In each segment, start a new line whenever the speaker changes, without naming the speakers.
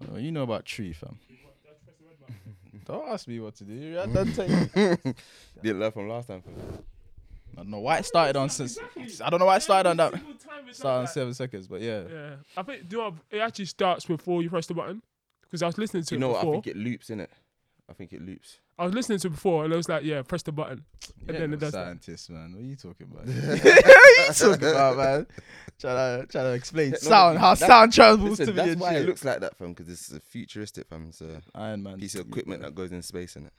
Well, Oh, you know about tree, fam. Don't ask me what to do. I don't tell you.
Didn't learn from last time. fam.
I don't know why it started on since. I don't know why it started on that.
Every single time it's
Started on
like that.
seven seconds, but yeah.
Yeah, I think do you know what, it actually starts before you press the button because I was listening to
You
it
know, what? I
before.
think it loops in it. I think it loops.
I was listening to it before and I was like, yeah, press the button.
Yeah,
then it
no
does that.
scientist, man. What are you talking about? what are you talking about, man? Trying to, trying to explain
Technology.
sound, how
That-
sound travels to
Listen,
me
that's
and
why
shit.
it looks like that, fam, because this is a futuristic, fam. It's a
Iron Man.
piece of equipment that goes in space, in it.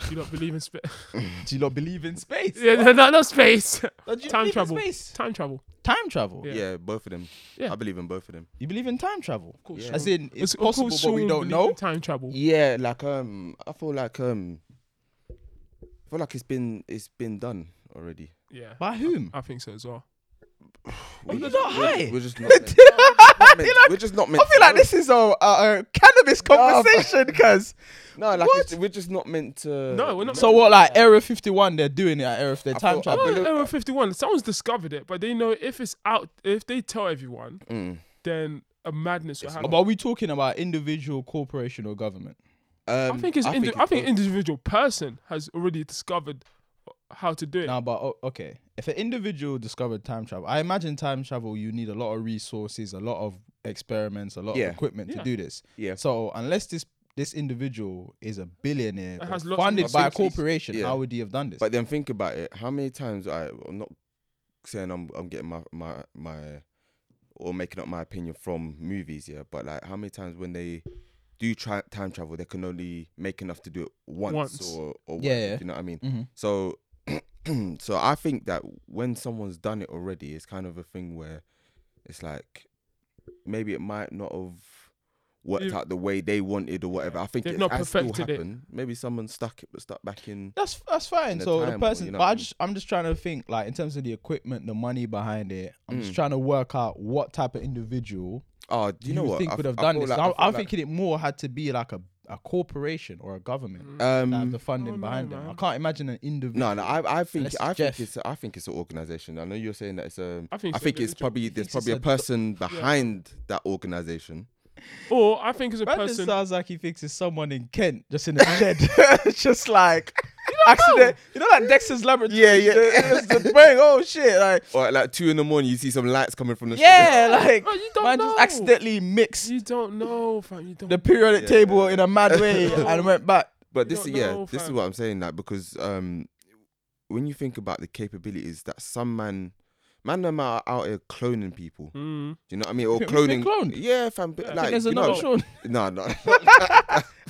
Do you not believe in space?
Do you not believe in space?
yeah, no, no, not space.
Don't you
Time
believe in
travel.
space?
Time travel.
Time travel.
Yeah.
Yeah, both of them.
Yeah.
I believe in both of them.
You believe in time travel?
course,
Yeah.
As in, it's
Of course,
possible, but we
Sean
don't
believe
know.
in Time travel.
Yeah, like um, I feel like um, I feel like it's been it's been done already.
Yeah,
By whom?
I think so as well.
We're
you're
just-
not
we're-
high.
We're just not. meant- not meant- We're just not meant.
I feel
to
like
know.
this is a, a, a cannabis conversation, because.
No, like
What?
it's- we're just not meant to.
No, we're not
So what? Like Area 51, they're doing it at Area. They're
I
time
thought- I
traveling.
believe-
Well, Area 51, someone's discovered it, but they know if it's out, if they tell everyone,
Mm.
then a madness will happen.
But are we talking about individual, corporation, or government?
Um,
I think it's. indi- I
it's
think
both.
individual person has already discovered how to do it.
Now, but o okay, if an individual discovered time travel, I imagine time travel you need a lot of resources, a lot of experiments, a lot
Yeah.
of equipment
Yeah.
to do this.
Yeah.
So unless this this individual is a billionaire
That
or
has lots of
funded by a
resources.
corporation,
Yeah.
how would he have done this?
But then think about it. How many times I? I'm not saying I'm. I'm getting my my my, or making up my opinion from movies. Yeah, but like how many times when they do try time travel, they can only make enough to do it once,
Once.
or
Yeah,
or whatever,
yeah.
do You know what I mean?
Mhm.
So, so I think that when someone's done it already, it's kind of a thing where it's like maybe it might not have worked
They've-
out the way they wanted or whatever. I think
They've
it
not
has still
perfected it.
happened. Maybe someone stuck it, but stuck back in.
that's that's fine.
the
So the
time,
person,
you know
but
what
I
I mean?
just, I'm just trying to think like in terms of the equipment, the money behind it. I'm just
Mm.
trying to work out what type of individual
Oh, do you, know what?
think
I-
would have
I
done
feel
this.
like-
So
I
I'm,
feel
I'm
like-
thinking it more had to be like a a corporation or a government.
Um,
that have the funding
Mm. Oh, no,
behind them.
man.
I can't imagine an individual.
no, no, I, I think,
Unless it's
I
Jeff.
think it's, I think it's an organization. I know you're saying that it's a,
I think
I
it's
think
an
it's probably there's
thinks it's
probably a
a-
person behind that organization.
Or I think as a
Brandon
person,
sounds like he thinks it's someone in Kent, just in a shed, just like accident. You know, like Dexter's laboratory.
Yeah, yeah.
The, it's the brain, oh shit! Like,
Or at like two in the morning, you see some lights coming from the
yeah, like
Bro, you don't
man
know.
just accidentally mixed
you don't know, fam. You don't.
the periodic
Yeah.
table in a mad way and went back.
But
You
this,
don't
yeah,
know,
this is
fam.
what I'm saying. Like because um, when you think about the capabilities that some man, man, them are out here cloning people. Do
Mm.
you know what I mean? Or
We've been
cloning,
cloned.
yeah, fam. but
Yeah. I think
Like
There's
you
another
know,
Sean.
no, no,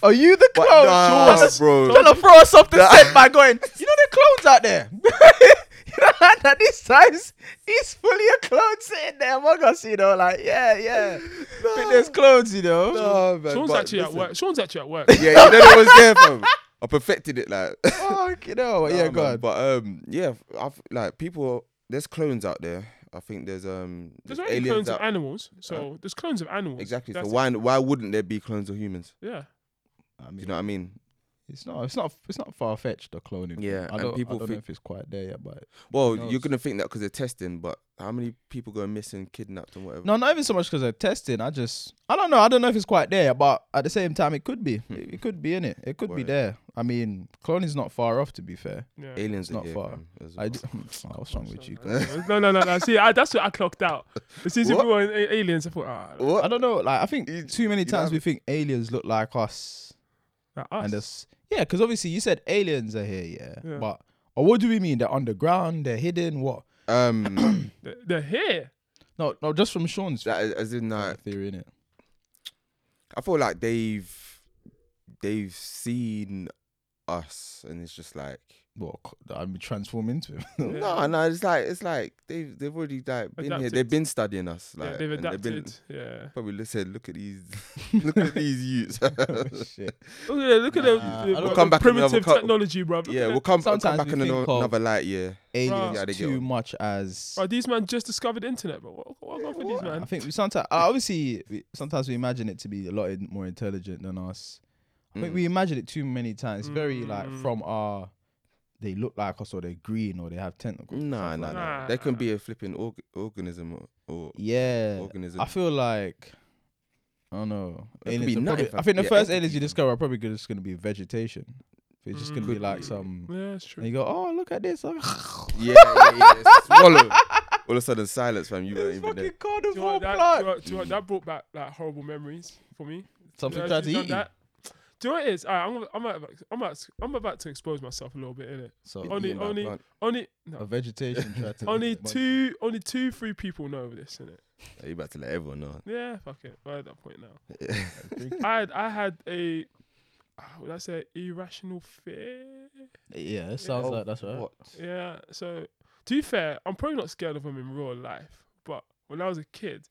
Are you the
but
clone?
nah,
Sean?
bro.
Trying to throw us off the set by going, you know the clones out there. you know, and at these times, he's fully a clone sitting there among us, you know, like, yeah, yeah. But there's clones, you know.
Nah, man,
Sean's
but
actually
listen.
at work. Sean's actually at work.
Yeah, you know that was there, fam. I perfected it, like.
Fuck, you know.
Oh. Nah,
yeah,
man,
go on.
But um, yeah, I've like people. There's clones out there. I think there's um there's
There's already
aliens
clones of
out.
animals, so there's clones of animals.
Exactly. So
That's-
why why wouldn't there be clones of humans?
Yeah.
I
You
mean,
know what I mean?
it's not, it's not, it's not far fetched the cloning.
Yeah,
I
and
don't,
people
I don't know
think-
if it's quite there yet, but
Well,
knows?
you're gonna think that because they're testing, but how many people go missing, kidnapped, and whatever?
no, not even so much because of testing. I just, I don't know. I don't know if it's quite there, yet, but at the same time, it could be. It, it could be in it. It could be
Hmm. Word.
there. I mean, cloning's not far off, to be fair.
Yeah.
Aliens
It's
are
not
here.
far.
fam, as
I
well.
d- oh, what's wrong with you?
no, no, no, no. See, I, that's what I clocked out. As soon as
What?
people were in a- aliens, I thought, ah, like
What?
I don't know. Like I think too many
you don't
times
have
we
it.
think aliens look like us,
us.
and us. Yeah, because obviously you said aliens are here, yeah.
Yeah.
But or what do we mean? They're underground. They're hidden. What?
Um,
They're, they're here.
No, no. Just from Sean's
that is, as in
uh,
like,
theory, innit?
I feel like they've they've seen us, and it's just like
Well, c- that I'd be transformed into him.
Yeah.
no, no. It's like it's like they've they've already like been here.
Adapted.
They've been studying us. Like
yeah, they've
and
adapted.
been
yeah.
probably li- said, look at these, look at these youths.
Shit.
Look at, look at them.
Nah,
the-
I don't
the
come back in another
primitive
cou-
technology, bro.
yeah, we'll come, come
Sometimes
back
we
in another,
think of-
another light. Yeah,
Aliens
Yeah, they get
too
on.
much as.
Bro, these man just discovered the internet, bro. What, what, what with these
I
man?
think we sometimes obviously we, sometimes we imagine it to be a lot in- more intelligent than us. I think
Mm.
we imagine it too many times. Very like
Mm.
from our, they look like us or they're green or they have tentacles.
nah,
stuff
nah,
like that.
nah.
that.
They can be a flipping org- organism or, or
Yeah,
organism.
I feel like I don't know.
It could
Aliens
be
are probably-
nothing,
I think the
yeah,
first
anything.
aliens you discover are probably gonna- just going to be vegetation. It's just going to be like some.
Yeah, it's
And
true.
you go, oh, look at this. I'm
Yeah, yeah, yeah. Swallow. All of a sudden, silence, fam. You weren't even there.
Do you know
carnivore
what, that, do you know what- do you know what, that brought back like horrible memories for me.
Something
Yeah,
tried to
she's done
eat you.
that. Do you know what it is? Alright, I'm, gonna- I'm, about, I'm, about, I'm about to expose myself a little bit in it.
So
Only,
Eaten by a
only,
plant.
only,
a
no,
vegetation tried to.
only
eat you.
two, only two, three people know this in it.
Are you about to let everyone know?
Yeah, fuck it. We're at that point now.
Three-
I, had, I had a, ah, would I say irrational fear?
Yeah, it sounds
Oh,
like that's right.
What?
Yeah. So, to be fair, I'm probably not scared of them in real life, but when I was a kid,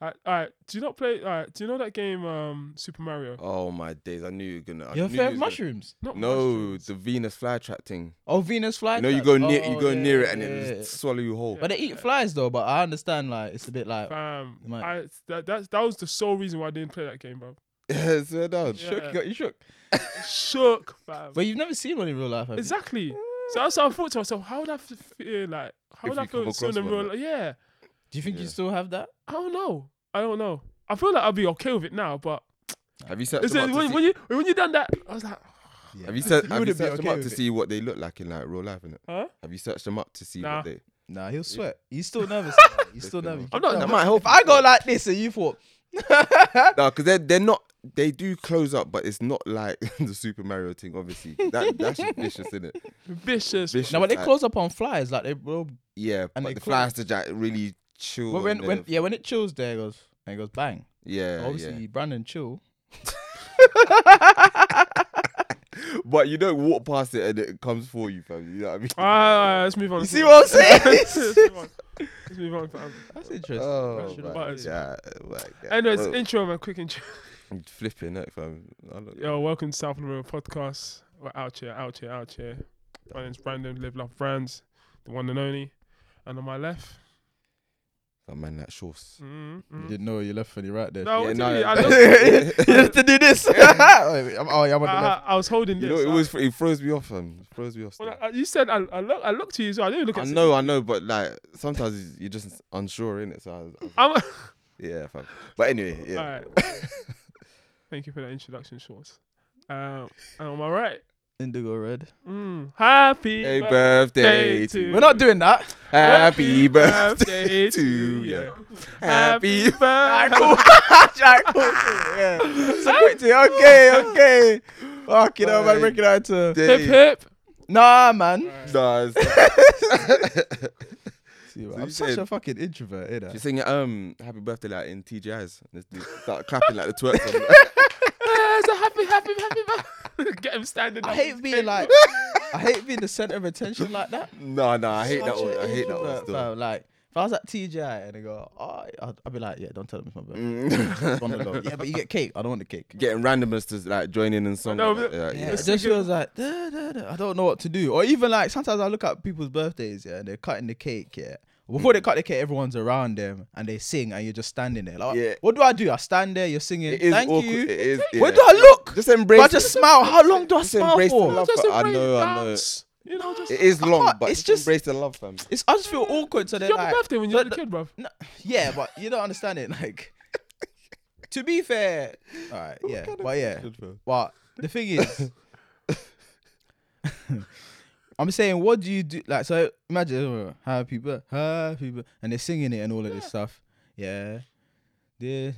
I, I do you not play? I, do you know that game, um, Super Mario?
Oh my days! I knew you were gonna. I
Your
knew
fair
you
of
was
mushrooms.
Not
Gonna, no,
mushrooms.
the Venus flytrap thing.
Oh, Venus flytrap.
You know, you go near,
Oh,
you go
yeah,
near it, and
yeah.
it just swallow you whole.
But they eat flies though. But I understand, like it's a bit like
Fam,
Mate.
I that that's, that was the sole reason why I didn't play that game, bro.
Yeah, swear down.
Yeah.
shook. You got you shook.
Shook, fam.
But you've never seen one in real life. Have you?
exactly. So that's what I thought to myself. How would I f- feel like? How
If
would I
you come
feel soon
across
in
one,
real
like-
life? Yeah.
Do you think you
Yeah.
still have that?
I don't know. I don't know. I feel like I'll be okay with it now, but
Have you searched
it's
them
it,
up to
when,
see-
when you when you done that, I was like,
have you searched-
You
have you
wouldn't be
searched them
okay
up
with
to
it.
see what they look like in like real life? Innit?
huh?
Have you searched them up to see
Nah.
what they?
Nah, he'll sweat. He's still nervous. He's still nervous.
I'm not-
You
That
can
might help.
tell. I go like this, and you thought
No, because they're they're not. They do close up, but it's not like the Super Mario thing. Obviously, that that's vicious, isn't it?
Vicious.
Vicious.
no, but they
like-
close up on flies. Like they will.
Yeah,
And
and
they
but the
close.
flies to jack really chill.
But when
and
when
they're-
yeah, when it chills, there it goes and it goes bang.
yeah,
Obviously,
yeah.
Brandon chill.
But you don't walk past it and it comes for you, fam. You know what I mean?
Ah, let's move on.
You see what I'm saying?
let's move on. Let's move on. fam.
That's interesting.
Oh,
Question
my
about it.
God, my God.
Anyways,
Well,
intro, man. Quick intro.
I'm flipping it, fam. I look-
Yo, welcome to South Florida Podcast. We're out here, out here, out here. My name's Brandon. Live, love, brands. The one and only. And on my left.
Oh, man, that shorts.
Mm,
You
mm.
didn't know you left funny right there.
No,
Yeah,
what do
no,
you mean? Oh, I
no.
don't-
you have to do this. Wait, I'm- oh, yeah, I'm on
I,
the left.
I, I was holding
You
this.
know, it
I-
was it froze me off, fam. It froze me off.
Well,
still.
I- I- you said I, I look. I look to you, so I didn't look
I
at.
know, I know, but like sometimes you're just unsure in it. So I, was- I was-
I'm,
yeah, fam. But anyway, yeah.
All right. Thank you for that introduction, Shorts. Um, am I right?
Uh,
Indigo red.
Mm. Happy.
Hey,
birthday.
birthday to
to-
We're not doing that.
Happy birthday. to you. Happy
birthday.
Jack. yeah. So quick to- okay, okay. Fuck you know, man,
Like-
break it out to
Hip hip.
Nah man.
Nah, it's-
See,
So
I'm
you
such
said-
a fucking introvert, innit?
She's singing um happy birthday like in TGI's. And they start clapping like the twerk.
Ah, it's a happy, happy, happy birthday. Get him standing.
I
up.
hate being like I hate being the center of attention like that.
no, no, I hate that
Such
one.
an
I hate that
introvert,
one still.
fam. Like if I was at TGI and they go, oh, I'd, I'd be like, yeah, don't tell them it's my birthday.
Mm.
One of those. yeah, but you get cake. I don't want the cake.
Getting randomers to like join in and song.
know,
like
but-
that,
Yeah,
yeah.
it just feels like "Da, da, da," I don't know what to do. Or even like sometimes I look at people's birthdays, yeah, and they're cutting the cake, yeah. Before
Mm.
they cut the cake, everyone's around them and they sing, and you're just standing there. Like,
Yeah.
what do I do? I stand there. You're singing.
It is
Thank
awkward.
you.
It is.
Where
yeah.
do I look?
Just embrace.
I just smile. How long do I
Just
smile
embrace the
for?
love.
Just
I
embrace
know, I know.
dance. You know, just.
It is long,
can't-
but
it's
it's
just-
just embrace the love, fam.
It's I just feel awkward. So they're
Your
like,
birthday when
so
you're a
th-
kid, bruv.
no, yeah, but you don't understand it. Like, to be fair, all right, yeah, but yeah, but the thing is, I'm saying, what do you do? Like, so imagine uh, happy birth, happy birth, and they're singing it and all of this stuff. Yeah. Yeah,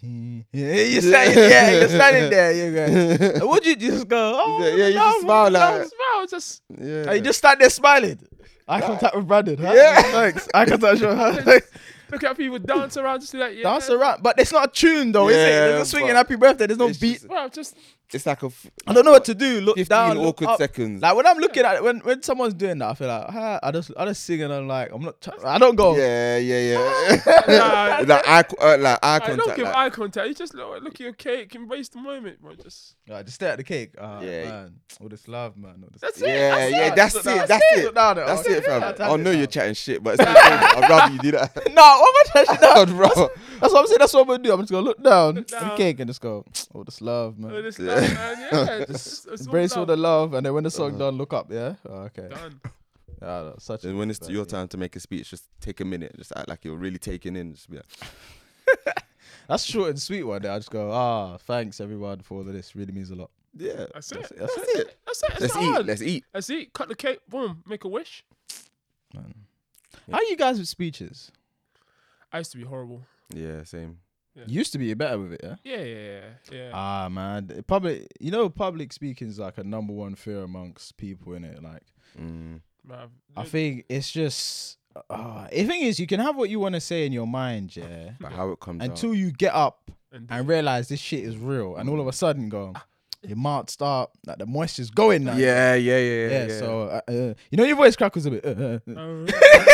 you're standing, yeah, you're standing there. You go. And What do you do? You just go? Oh,
Yeah, you just
love,
smile
love,
like.
Smile, just.
Yeah.
and you just stand there smiling. Eye contact with Brandon. Huh?
Yeah.
Thanks. Eye contact with Thanks.
Look at people dance around, just do that. Yeah.
Dance around. But it's not a tune though, is it?
Yeah,
There's no swinging
but
happy birthday. There's no
it's
beat.
just-
Well, just
It's like a. F-
I don't know what to do. Look
Fifteen
down. Look
awkward
up.
seconds.
Like when I'm looking at it, when, when someone's doing that, I feel like ah, I just I just sing and I'm like I'm not t- I don't go
yeah, yeah,
Nah,
yeah. like eye, co- uh, like eye
I don't
contact.
give
like-
eye contact. You just look, look at your cake, embrace the moment, bro. Just
Ah, just stare at the cake. Ah,
Yeah.
man, all this love, man. All this
that's
Yeah,
it.
yeah, that's
Look
it,
down.
that's
Look
it,
down at
that's
all.
it, fam.
That's
I know
it,
you're
fam.
chatting shit, but it's okay. I'd rather you do that.
No, what am I trying to
I'd rather.
That's what I'm saying. That's what I'm gonna do. I'm just gonna look down,
Look
at the
down.
cake and just go, all this love, man.
Oh, this love, man. Yeah, just it's
Embrace all
all
the
love.
love, and then when the song done, look up. Yeah. Oh, okay.
Done.
Yeah, that's such.
And when it's your time to make a speech, just take a minute, just act like you're really taking in. Just be like,
That's short and sweet one. there. I just go, ah, thanks everyone for all of this. Really means a lot.
Yeah.
That's it.
That's
That's, it.
That's it. It's
Let's
not
eat.
hard.
Let's eat.
Let's eat. Cut the cake. Boom. Make a wish.
How are you guys with speeches?
I used to be horrible.
Yeah, same.
You used to be better with it, yeah.
Yeah, yeah, yeah. yeah.
Ah man, the public. You know, public speaking is like a number one fear amongst people in it. Like,
Mm.
Man,
I
the-
think it's just. Uh, the thing is, you can have what you want to say in your mind, yeah,
But how it comes out.
until you get up
and
and realize this shit is real, and all of a sudden go, your mouth start like the moisture's going now.
yeah, yeah, yeah, yeah.
Yeah,
yeah.
so uh, uh, you know your voice crackles a bit. Uh, uh,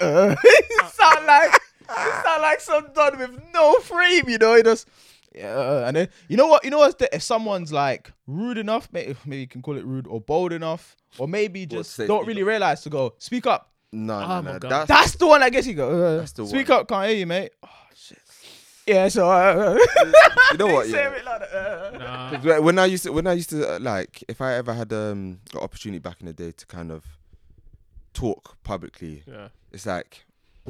Oh,
uh. you sound like you sound like some done with no frame. You know, it just yeah. uh, and then you know what? You know what? If someone's like rude enough, maybe, maybe you can call it rude, or bold enough, or maybe just
say-
don't really realize to go speak up.
No,
Oh
no,
my
no.
God.
That's,
That's the one. I guess you go. Uh,
That's the
speak
one.
up, can't hear you, mate. Oh shit. Yeah, so uh,
you know what? Yeah.
nah.
'Cause when- When I used to, when I used to uh, like, if I ever had um an opportunity back in the day to kind of talk publicly,
Yeah.
it's like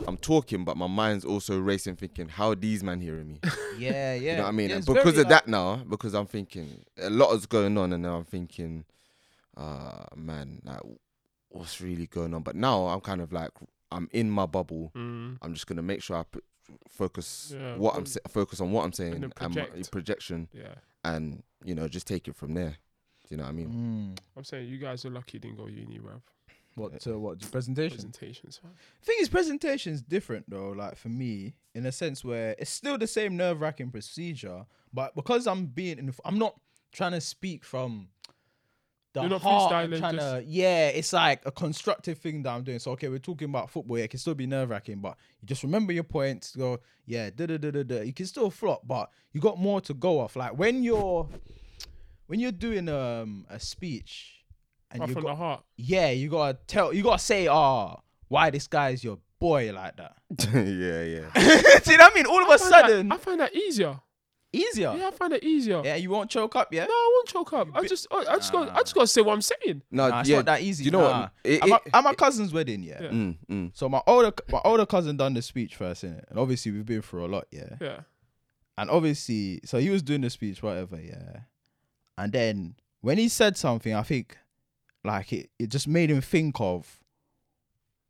I'm talking, but my mind's also racing, thinking how are these man hearing me.
yeah, yeah.
You know what I mean? And because of that now, because I'm thinking a lot is going on, and now I'm thinking, uh, man, like, what's really going on? But now I'm kind of like I'm in my bubble.
Mm.
I'm just gonna make sure I p- focus
Yeah,
what
um,
I'm sa- focus on what I'm saying
then
and, my
project.
projection,
Yeah.
and you know just take it from there. Do you know what I mean?
mm.
I'm saying you guys are lucky you didn't go uni, bruv.
What uh, what presentation?
Presentations. man.
thing is presentation's different though like for me in a sense where it's still the same nerve-wracking procedure but because i'm being in, i'm not trying to speak from the
You're not
heart I'm
freestyling,
trying to, yeah it's like a constructive thing that i'm doing so okay we're talking about football yeah, it can still be nerve-wracking but you just remember your points go yeah da da da da da you can still flop but you got more to go off like when you're when you're doing um a speech and
Right
you
from
got
the heart.
yeah, you gotta tell, you gotta say, ah, why this guy is your boy like that. Mm.
yeah, yeah.
See what I mean? All of a
I find that-
sudden,
I find that easier.
easier. Yeah.
Yeah, I find it easier.
you won't choke up, yeah.
No, I won't choke up. I just, I, I just got, I just
Ah.
got to say what I'm saying.
No,
Nah, it's
Uh, yeah,
not that easy.
You know
nah.
what? It,
at, my,
it-
at my cousin's wedding, yeah.
Yeah.
mm, mm.
So my older, my older cousin done the speech first, innit? and obviously we've been through a lot, yeah.
Yeah.
And obviously, so he was doing the speech, whatever, yeah. And then when he said something, I think, like it, it just made him think of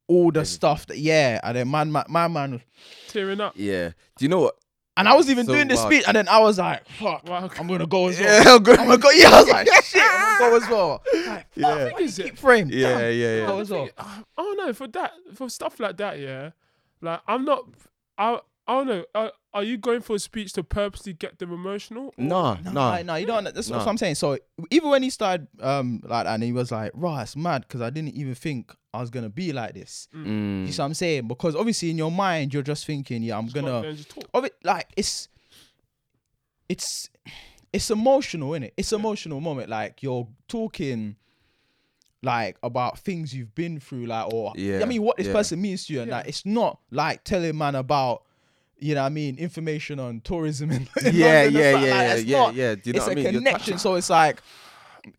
all the stuff that, yeah. And then my my, my man, was-
Tearing up.
Yeah. Do you know what?
and I was even
So
doing the
wild.
speech, and then I was like, fuck,
Wow.
I'm gonna go as well.
Yeah, I'm
I'm gonna go. Yeah, I was like, shit, I'm gonna go as well. Like,
Yeah.
Thing is, yeah,
keep frame.
Yeah, yeah,
Go
yeah.
as well.
I don't know for that, for stuff like that. Yeah, like I'm not. I, I don't know. Are, are you going for a speech to purposely get them emotional?
Nah, nah.
Like, no, you don't. That's what
Nah.
I'm saying. So even when he started um like that, and he was like, "Right, it's mad," because I didn't even think I was gonna be like this. You
Mm.
see what I'm saying? Because obviously in your mind you're just thinking, "Yeah, I'm
Come on,
gonna."
then just talk.
Of it, like it's, it's, it's emotional, innit? It's emotional moment. Like you're talking, like about things you've been through, like or
Yeah,
I mean, what this
yeah.
person means to you, and that it's not like telling man about. You know what I mean? Information on tourism in, in
Yeah,
London and
yeah,
stuff like
yeah,
that. It's
yeah,
not-
yeah. Do you know
it's
what I
a
mean? You're
connection, so it's like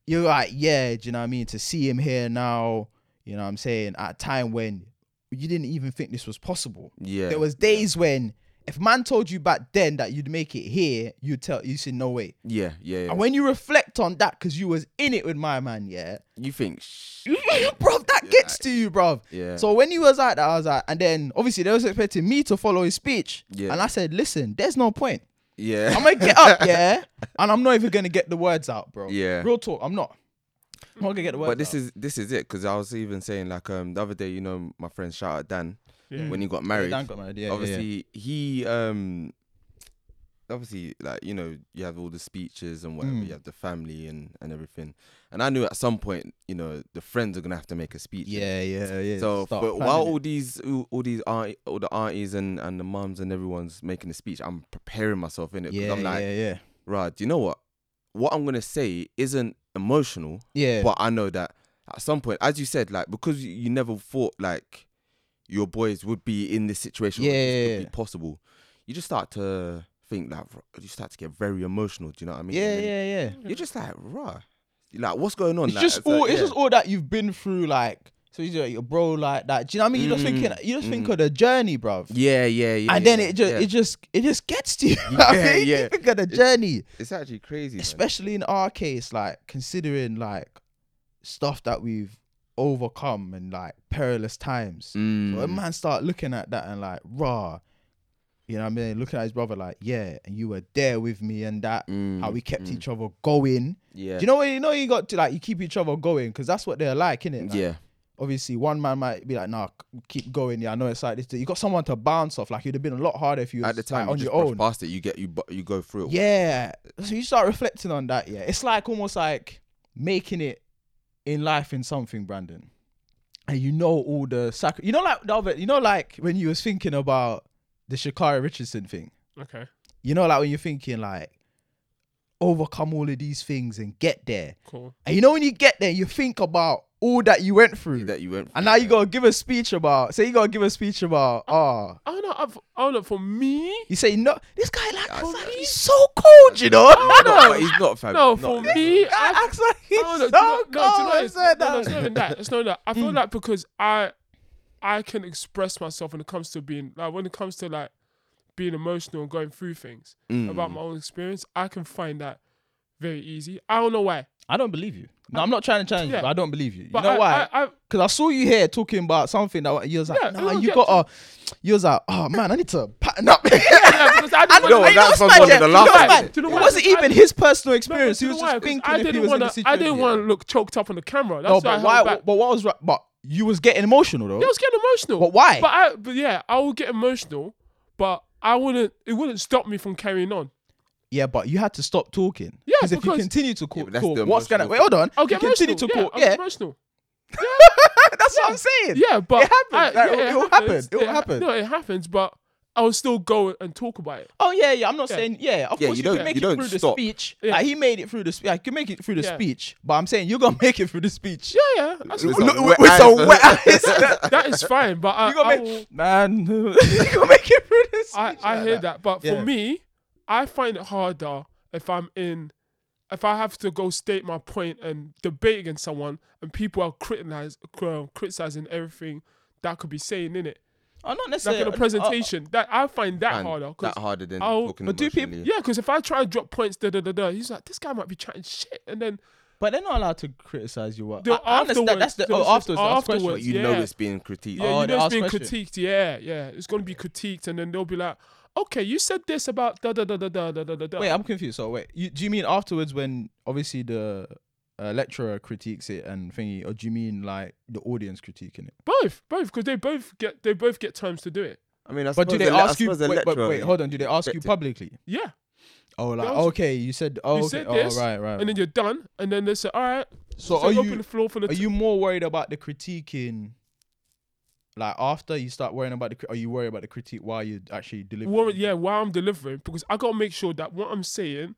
you're like, yeah, do you know what I mean? To see him here now, you know what I'm saying? At a time when you didn't even think this was possible.
Yeah.
There was days when if man told you back then that you'd make it here, you'd tell you said no way.
Yeah, yeah, yeah.
And when you reflect on that, because you was in it with my man, yeah,
you think, shh.
bro, that gets to you, bro.
Yeah.
So when he was like that, I was like, and then obviously they was expecting me to follow his speech,
Yeah.
and I said, listen, there's no point.
yeah.
I'm gonna get up, yeah, and I'm not even gonna get the words out, bro.
Yeah.
Real talk, I'm not. I'm not gonna get the words.
But this
out.
is this is it because I was even saying like um the other day you know my friend shout out Dan
Yeah.
when he got
Mm. Yeah,
married
Dan got married, yeah, yeah,
obviously he um obviously like you know you have all the speeches and whatever
Mm.
you have the family and and everything and I knew at some point you know the friends are gonna have to make a speech
yeah, yeah, yeah. yeah.
So
Start
but
planning
while
it.
all these all, all these aunt, all the aunties and, and the mums and everyone's making the speech, I'm preparing myself in it.
yeah,
I'm like,
yeah, yeah,
right, do you know what? What I'm gonna say isn't emotional,
yeah,
but I know that at some point, as you said, like because you, you never thought like your boys would be in this situation, or
Yeah,
this
yeah,
could
yeah.
be possible, you just start to think like you start to get very emotional. Do you know what I mean?
yeah,
And then
yeah, yeah.
You're just like, rah, like what's going on?
It's
Like,
just
so,
all. It's
yeah.
just all that you've been through, like So he's like, bro, like that. Do you know what I mean? You're just thinking, you just think of the journey, bruv.
Mm. Yeah, yeah, yeah.
and then
yeah,
it just,
yeah.
it just, it just gets to you. I
Yeah,
mean,
yeah.
You think of the journey,
it's actually crazy. man.
especially in our case, like considering like stuff that we've overcome and like perilous times.
Mm.
But a man start looking at that and like, raw. You know what I mean? Looking at his brother like, yeah, and you were there with me and that.
Mm,
How we kept each other going.
yeah.
Do you know what you know? You got to like you keep each other going because that's what they're like, innit? Like,
yeah.
Obviously, one man might be like, "Nah, c- keep going." Yeah, I know it's like this. You got someone to bounce off. Like you'd have been a lot harder if you was
At the time,
like, on
you
your
just
own.
brush past it. You get you bu- you go through. it.
Yeah. So you start reflecting on that, yeah. It's like almost like making it in life in something, Brandon. And you know all the sacri- you know like the other you know like when you was thinking about the Shakira Richardson thing.
Okay.
You know like when you're thinking like overcome all of these things and get there.
Cool.
And you know when you get there, you think about all that you went through.
that you went.
and
through,
now you
yeah.
gotta give a speech about say you gotta give a speech about ah
I don't know. I've, I don't know. For me,
you say no this guy like,
Yeah,
acts
I-
like he's so cold, you know?
He's not, but he's not fam.
no.
Not-
For me,
I
I,
acts like he's
no,
so
no, do you know-
cold.
no, do you know
I
it's-
said
no, no, it's
that.
not even that. It's not even that. I
Mm.
feel like because I, I can express myself when it comes to being like when it comes to like being emotional and going through things
Mm.
about my own experience. I can find that very easy. I don't know why.
I don't believe you. No, I'm not trying to challenge
Yeah.
you, but I don't believe you. You
But
know
I,
why?
I, I,
Because I, saw you here talking about something that you was like,
Yeah,
nah,
I don't
you
get
gotta. You was like, oh man, I need to pattern up.
yeah, because I
And-
No,
didn't wanna-
and you know what's
that's from
mad,
one of
yeah?
the
You
last
know what's
times.
mad?
Do you know
It
why?
wasn't
Because I-
even his personal
No,
experience.
do
He
you
was
know why?
just
'Cause
thinking
I
if he
didn't
was in the
wanna, I
situation.
didn't want to look choked up on the camera. That's
No,
why I
but
held
why?
back.
But what was? ra- But you was getting emotional though.
Yeah, I was getting emotional.
But why?
But I, but yeah, I will get emotional, but I wouldn't. It wouldn't stop me from carrying on.
Yeah, but you had to stop talking.
Yeah,
because if you
because-
continue to call,
but that's
talk,
the
what's gonna?
emotional
Wait, hold on.
I'll
you
get
continue to
emotional.
call.
yeah, I'll
Yeah,
get emotional.
that's what I'm saying.
Yeah, but
It happens.
I-
Like,
yeah,
it will
happens.
happen. It will
Yeah,
happen.
No, it happens, but I'll still go and talk about it.
Oh yeah, yeah. I'm not
Yeah.
saying yeah. Of
Yeah,
course,
you
you,
don't-
can make
you
it
don't
through
stop.
the speech.
Yeah.
Like, he made it through the. Spe- I can make it through the
Yeah.
speech, but I'm saying you're gonna make it through the speech.
Yeah, yeah, that's
Listen, Look,
fine.
with,
wet
with some
eyes.
wet eyes.
that is fine. But I,
you gonna
Uh, I,
make
will-
man. you gonna make it through the speech.
I, I
like
hear that. But
Yeah.
for me, I find it harder if I'm in, if I have to go state my point and debate against someone, and people are criticizing, criticizing everything that could be saying in it,
Oh, not
like
necessarily
in a
Uh,
presentation. that I find that
Man,
harder. 'cause-
That harder than
I'll-
talking
But do people-
emotionally.
yeah, because if I try and drop points, da da da da, he's like, this guy might be chatting shit, and then
but they're not allowed to criticize you. What?
The
I, I understand.
afterwards-
That's the
the-
oh, afterwards. that's the
But
question.
afterwards.
you know
Yeah.
it's being critiqued.
yeah,
Oh,
you
they
know
ask
it's being
question.
critiqued. Yeah, yeah, it's gonna be critiqued, and then they'll be like, okay, you said this about da da da da da da da da. da.
Wait, I'm confused. So wait, you, do you mean afterwards when obviously the uh, lecturer critiques it and thingy, or do you mean like the audience critiquing it?
both, both, because they both get they both get terms to do it.
I mean, I
But do
suppose
they
the le- I
ask you?
suppose the
Wait, wait,
lecturer-
wait, hold on. Do they ask you
expected-
publicly?
Yeah.
Oh, like
They ask-
okay, you said oh,
you
okay,
said
oh,
this,
right, right.
and then you're done, and then they say, "All right,
so
so
are
open
you
the floor for the."
are
t-
you more worried about the critiquing? Like after you start worrying about the, cri- are you worried about the critique while you actually delivering?
warrant- yeah, while I'm delivering, because I gotta make sure that what I'm saying,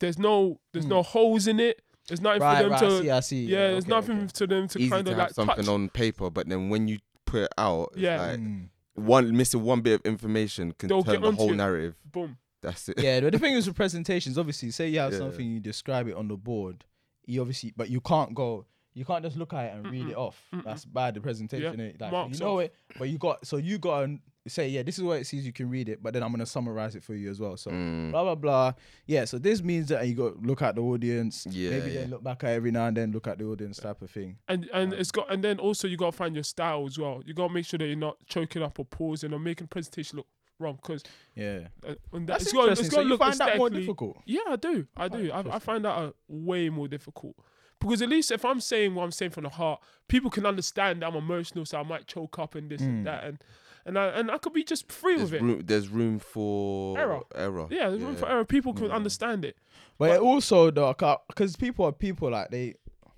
there's no there's no holes in it. There's nothing
Hmm. right,
for them
right.
to
I see, I see.
yeah, there's
okay,
nothing
okay.
to them to
Easy
kind
to
of
have
like
something
touch.
on paper, but then when you put it out, it's
Yeah.
like
Mm.
one missing one bit of information can
They'll
turn
get
the
onto
whole
it.
narrative.
Boom.
That's it.
yeah, but the thing is with presentations, obviously, say you have
Yeah.
something, you describe it on the board, you obviously, but you can't go, you can't just look at it and read it off. That's bad, the presentation. innit? Like,
Marks
you know
off.
it, but you got, so you got to say, yeah, this is what it says, you can read it, but then I'm going to summarize it for you as well. So,
Mm.
blah, blah, blah. Yeah, so this means that you got to look at the audience,
Yeah,
maybe then
yeah.
look back at every now and then, look at the audience type of thing.
And and it's got and then also you gotta find your style as well. You gotta make sure that you're not choking up or pausing or making presentation look wrong because
Yeah.
uh, and that,
That's
it's got it's
interesting.
got
So
to
you
look
find that more
aesthetically-
difficult. Oh,
Yeah, I do. I do. I, I
interesting.
find that uh, way more difficult because at least if I'm saying what I'm saying from the heart, people can understand that I'm emotional, so I might choke up and this
Hmm.
and that, and and I and I could be just free
There's
with it.
room, there's room for
Error.
error.
Yeah, there's room for error. People
Hmm.
can understand it.
But it also though, because people are people, like they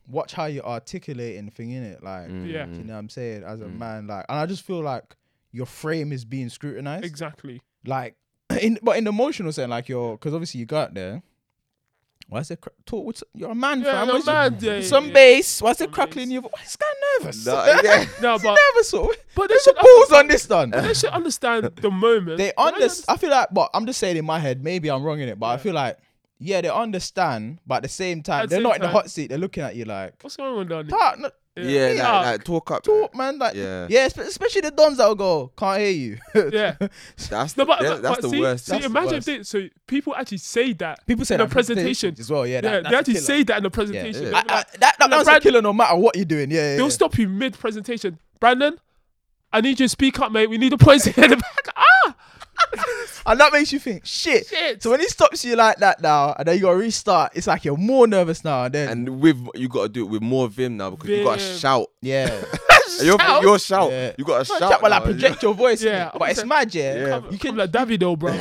watch how you articulate and thing in it,
Mm.
like
Yeah.
do you know what I'm saying. As a man, like, and I just feel like your frame is being scrutinized,
Exactly.
like, in but in the emotional sense, like you're, because obviously you got there. Why is it cr- talk? With, you're a man,
Yeah,
fam.
you're a
What's your-
man, yeah, yeah,
some
yeah.
bass. Why's
Some
it crackling?
bass.
You? Why is this guy nervous?
No, yeah.
No,
He's
but-
nervous. oh.
But they
There's a
should
pause on this done.
They should understand the moment.
They
Like,
understand. I feel like, but I'm just saying in my head, maybe I'm wrong in it, but I feel like, yeah, they understand, but at the same time,
At the
they're
same
not in the
time-
hot seat. They're looking at you like,
What's going on down there?
"Fuck, no,
yeah,
Yeah.
like, like talk up.
Talk, man. Like, yeah,
Yeah.
spe- especially the dons that'll go, can't hear you.
yeah.
That's
No, but,
yeah,
but-
that's
but
the
see,
worst.
See,
That's the
imagine if
worst.
they, so people actually say that.
People say
in the
that
presentation
as well. Yeah, that,
yeah,
that's
they
a
actually
killer.
say that in the
Yeah,
presentation.
yeah.
They'll
I,
be
I,
like-
that that,
like,
that's a
Brad-
killer no matter what you're doing. Yeah, yeah,
They'll
yeah.
stop you mid presentation. Brandon, I need you to speak up, mate. We need the points here in the back. Ah,
and that makes you think, shit.
Shit.
So when he stops you like that now, and then you gotta restart, it's like you're more nervous now. And then,
And with you gotta do it with more vim now because you gotta
Vim.
shout.
yeah,
Your
Shout.
your shout.
Yeah.
You gotta shout.
chat will like
now.
project your voice.
Yeah,
Yeah, but it's
I'm
mad, yeah.
Yeah.
You
I'm
can
like Davido, bro.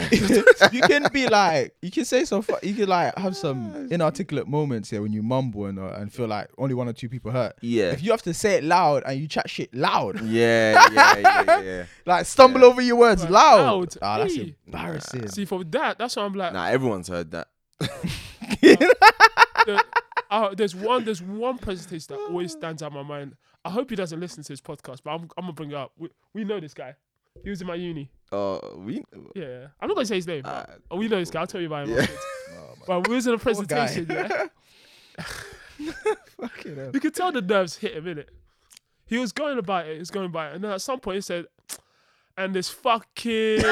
you can be like, you can say some, fu- you can like have some inarticulate moments here when you mumble and, uh, and feel like only one or two people hurt.
Yeah.
If you have to say it loud and you chat shit loud,
Yeah, yeah, yeah, yeah.
like stumble over your words
Right,
loud,
loud.
ah, that's
Hey.
embarrassing.
See, for that, that's why I'm like,
Nah, everyone's heard that.
the- uh, there's one, there's one presentation that always stands out in my mind. I hope he doesn't listen to this podcast, but I'm, I'm gonna bring it up. We, we know this guy. He was in my uni.
Uh, we.
Yeah, I'm not gonna say his name. but
Uh,
we know this guy. I'll tell you about him.
Yeah.
afterwards.
Oh,
But we was in a
guy.
presentation. Yeah,
Fucking hell.
you could tell the nerves hit him in it. He was going about it. He was going about it, and then at some point he said, "And this fucking."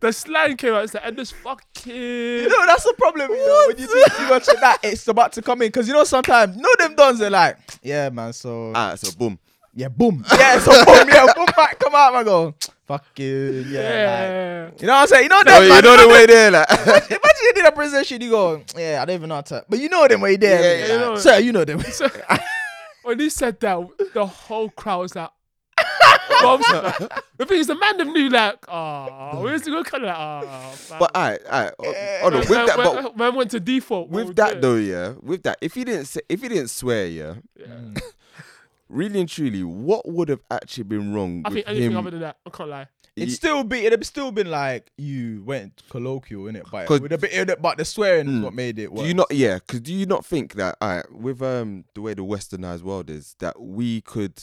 the slang came out. It's like, and this fucking.
You know, that's the problem. You know, when you do too much of that, it's about to come in. Because you know, sometimes, you know, them dons are like, yeah, man, so,
ah, so boom.
yeah, boom. Yeah, so boom, yeah, boom, back, come out, man, go, fuck you, yeah. like-
yeah.
you know what I'm saying? You know,
Oh,
them,
you
man,
know the way there, like.
imagine you did a presentation, you go, yeah, I don't even know how to. But you know them way there.
Yeah,
innit?
yeah,
you
Like,
know.
Sir, you know them.
So when he said that, the whole crowd was like, Bob's like- the thing is, the man them knew like, ah, where's the good color? Ah, man."
But alright, alright. oh, Hold on, with
man,
that,
man,
but
man went to default. what we
with that
did.
though, yeah, with that, if he didn't say, if he didn't swear, yeah, mm. really and truly, what would have actually been wrong
I
with
think anything other
him?
than that, I can't lie.
It'd
Ye-
still be, it'd still been like you went colloquial, innit? But,
'Cause- Mm.
with a bit, innit? but the swearing is what made it work.
Do you not? Yeah, because do you not think that, alright, with um the way the westernized world is, that we could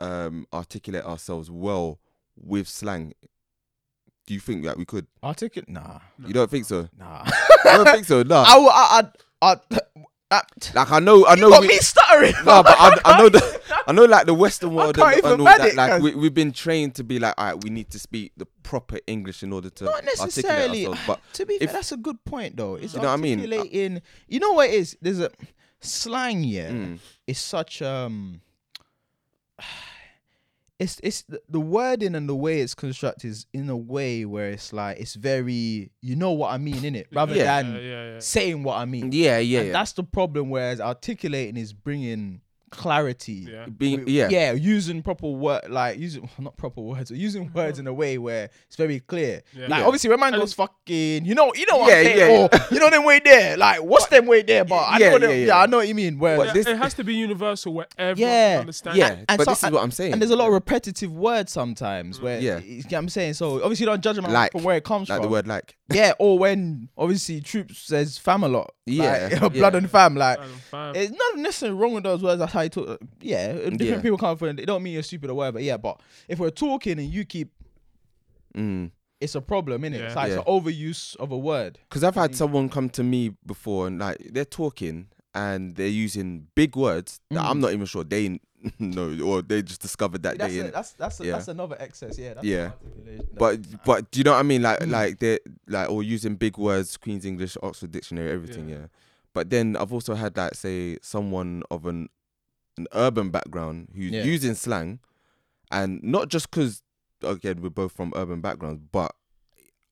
um articulate ourselves well with slang? Do you think that we could?
Articulate? Nah,
You don't think so?
nah.
I don't think so. Nah.
I, would- I, I, I, I
like I know, I know.
got
we-
me stuttering.
No, but I, I know the, I know like the Western world
can't
and,
even
and all
add
that.
it,
like
cause-
we we've been trained to be like, all right, we need to speak the proper English in order to
not necessarily.
articulate ourselves. But
to be
if-
fair, that's a good point though. It's
You know what I mean?
articulating. You know what it is? There's a slang. Yeah,
Mm.
it's such um. It's it's the- the wording and the way it's constructed is in a way where it's like it's very you know what I mean in it rather
Yeah.
than
Yeah, yeah, yeah.
saying what I mean.
yeah, yeah,
And
yeah.
that's the problem. Whereas articulating is bringing clarity
Yeah.
being yeah,
yeah, using proper word like using not proper words, but using words in a way where it's very clear.
Yeah.
Like
Yeah.
obviously when man
And-
goes fucking, you know, you know what I'm
Yeah,
saying,
yeah,
or you know them way there. Like what's them way there? But I
Yeah,
know them, yeah,
yeah, yeah.
I know what you mean. Where
But this-
it has to be universal where everyone
Yeah.
can understand.
yeah.
it.
and
but
so-
this is what I'm saying.
and there's a lot of repetitive words
Mm.
sometimes where
Yeah.
you get what I'm saying. So obviously you don't judge a man
Like-
from where it comes
like
from.
the word like.
Yeah, or when obviously troops says fam a lot.
Yeah,
Like, blood
yeah.
and fam, like
And I'm fine.
it's not necessarily wrong with those words. That's how you talk. Yeah, different
Yeah.
people come from. It don't mean you're stupid or whatever. Yeah, but if we're talking and you keep,
Mm.
it's a problem, innit? It's
Yeah.
like
Yeah.
it's an overuse of a word.
Because I've had someone come to me before and like they're talking and they're using big words that I'm not even sure they know or they just discovered that
That's
day.
a,
innit?
that's that's a,
Yeah.
that's another excess. Yeah. That's
Yeah.
articulation.
But but do you know what I mean?
Mm.
Like like they like or using big words, Queen's English, Oxford Dictionary, everything. Yeah.
Yeah.
But then I've also had like say someone of an an urban background who's
Yeah.
using slang, and not just because again we're both from urban backgrounds, but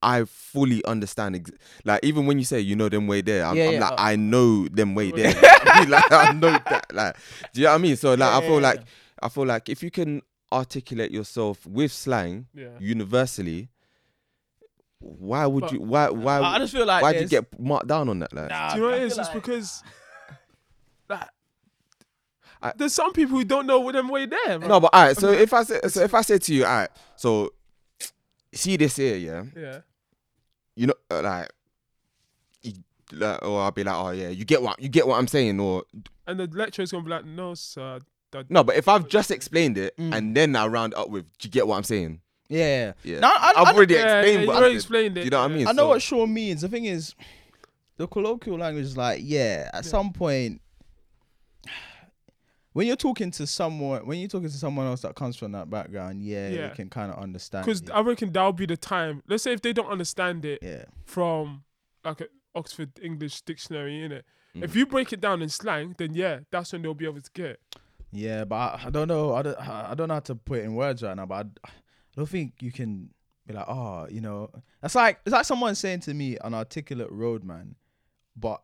I fully understand. Ex- like even when you say you know them way there, I'm,
Yeah,
I'm
yeah,
like
uh,
I know them way there. I mean, like I know that. Like do you know what I mean? So like
Yeah,
I feel
yeah,
like I feel like if you can articulate yourself with slang
yeah.
universally, why would
But-
you why why
I just feel like
why did you
there's-
get marked down on that? Like,
Nah,
Do you know what
I
it is?
feel
It's
like-
because like,
I-
there's some people who don't know what them way there. bro.
no, but alright. So if I say so if I say to you, alright, so see this here, yeah,
Yeah.
you know, uh, like, you- like, or I'll be like, oh yeah, you get what you get what I'm saying, or
And the lecturer's gonna be like, no, sir. That,
no, but if I've just explained it
Mm.
and then I round up with, do you get what I'm saying?
Yeah.
Yeah,
No, I, I,
have already
yeah, yeah,
explained
you
what I
already
said.
explained it,
You know what I
yeah.
mean?
I know
So-
what sure means. The thing is, the colloquial language is like, yeah, at some point, when you're talking to someone, when you're talking to someone else that comes from that background, yeah, you
Yeah.
can kind of understand.
Because
it.
I reckon that'll be the time. Let's say if they don't understand it
yeah,
from like an Oxford English dictionary, innit?
Mm.
If you break it down in slang, then yeah, that's when they'll be able to get it.
yeah, but I, I don't know. I don't. I don't know how to put it in words right now. But I, I don't think you can be like, oh, you know, that's like it's like someone saying to me an articulate roadman, but.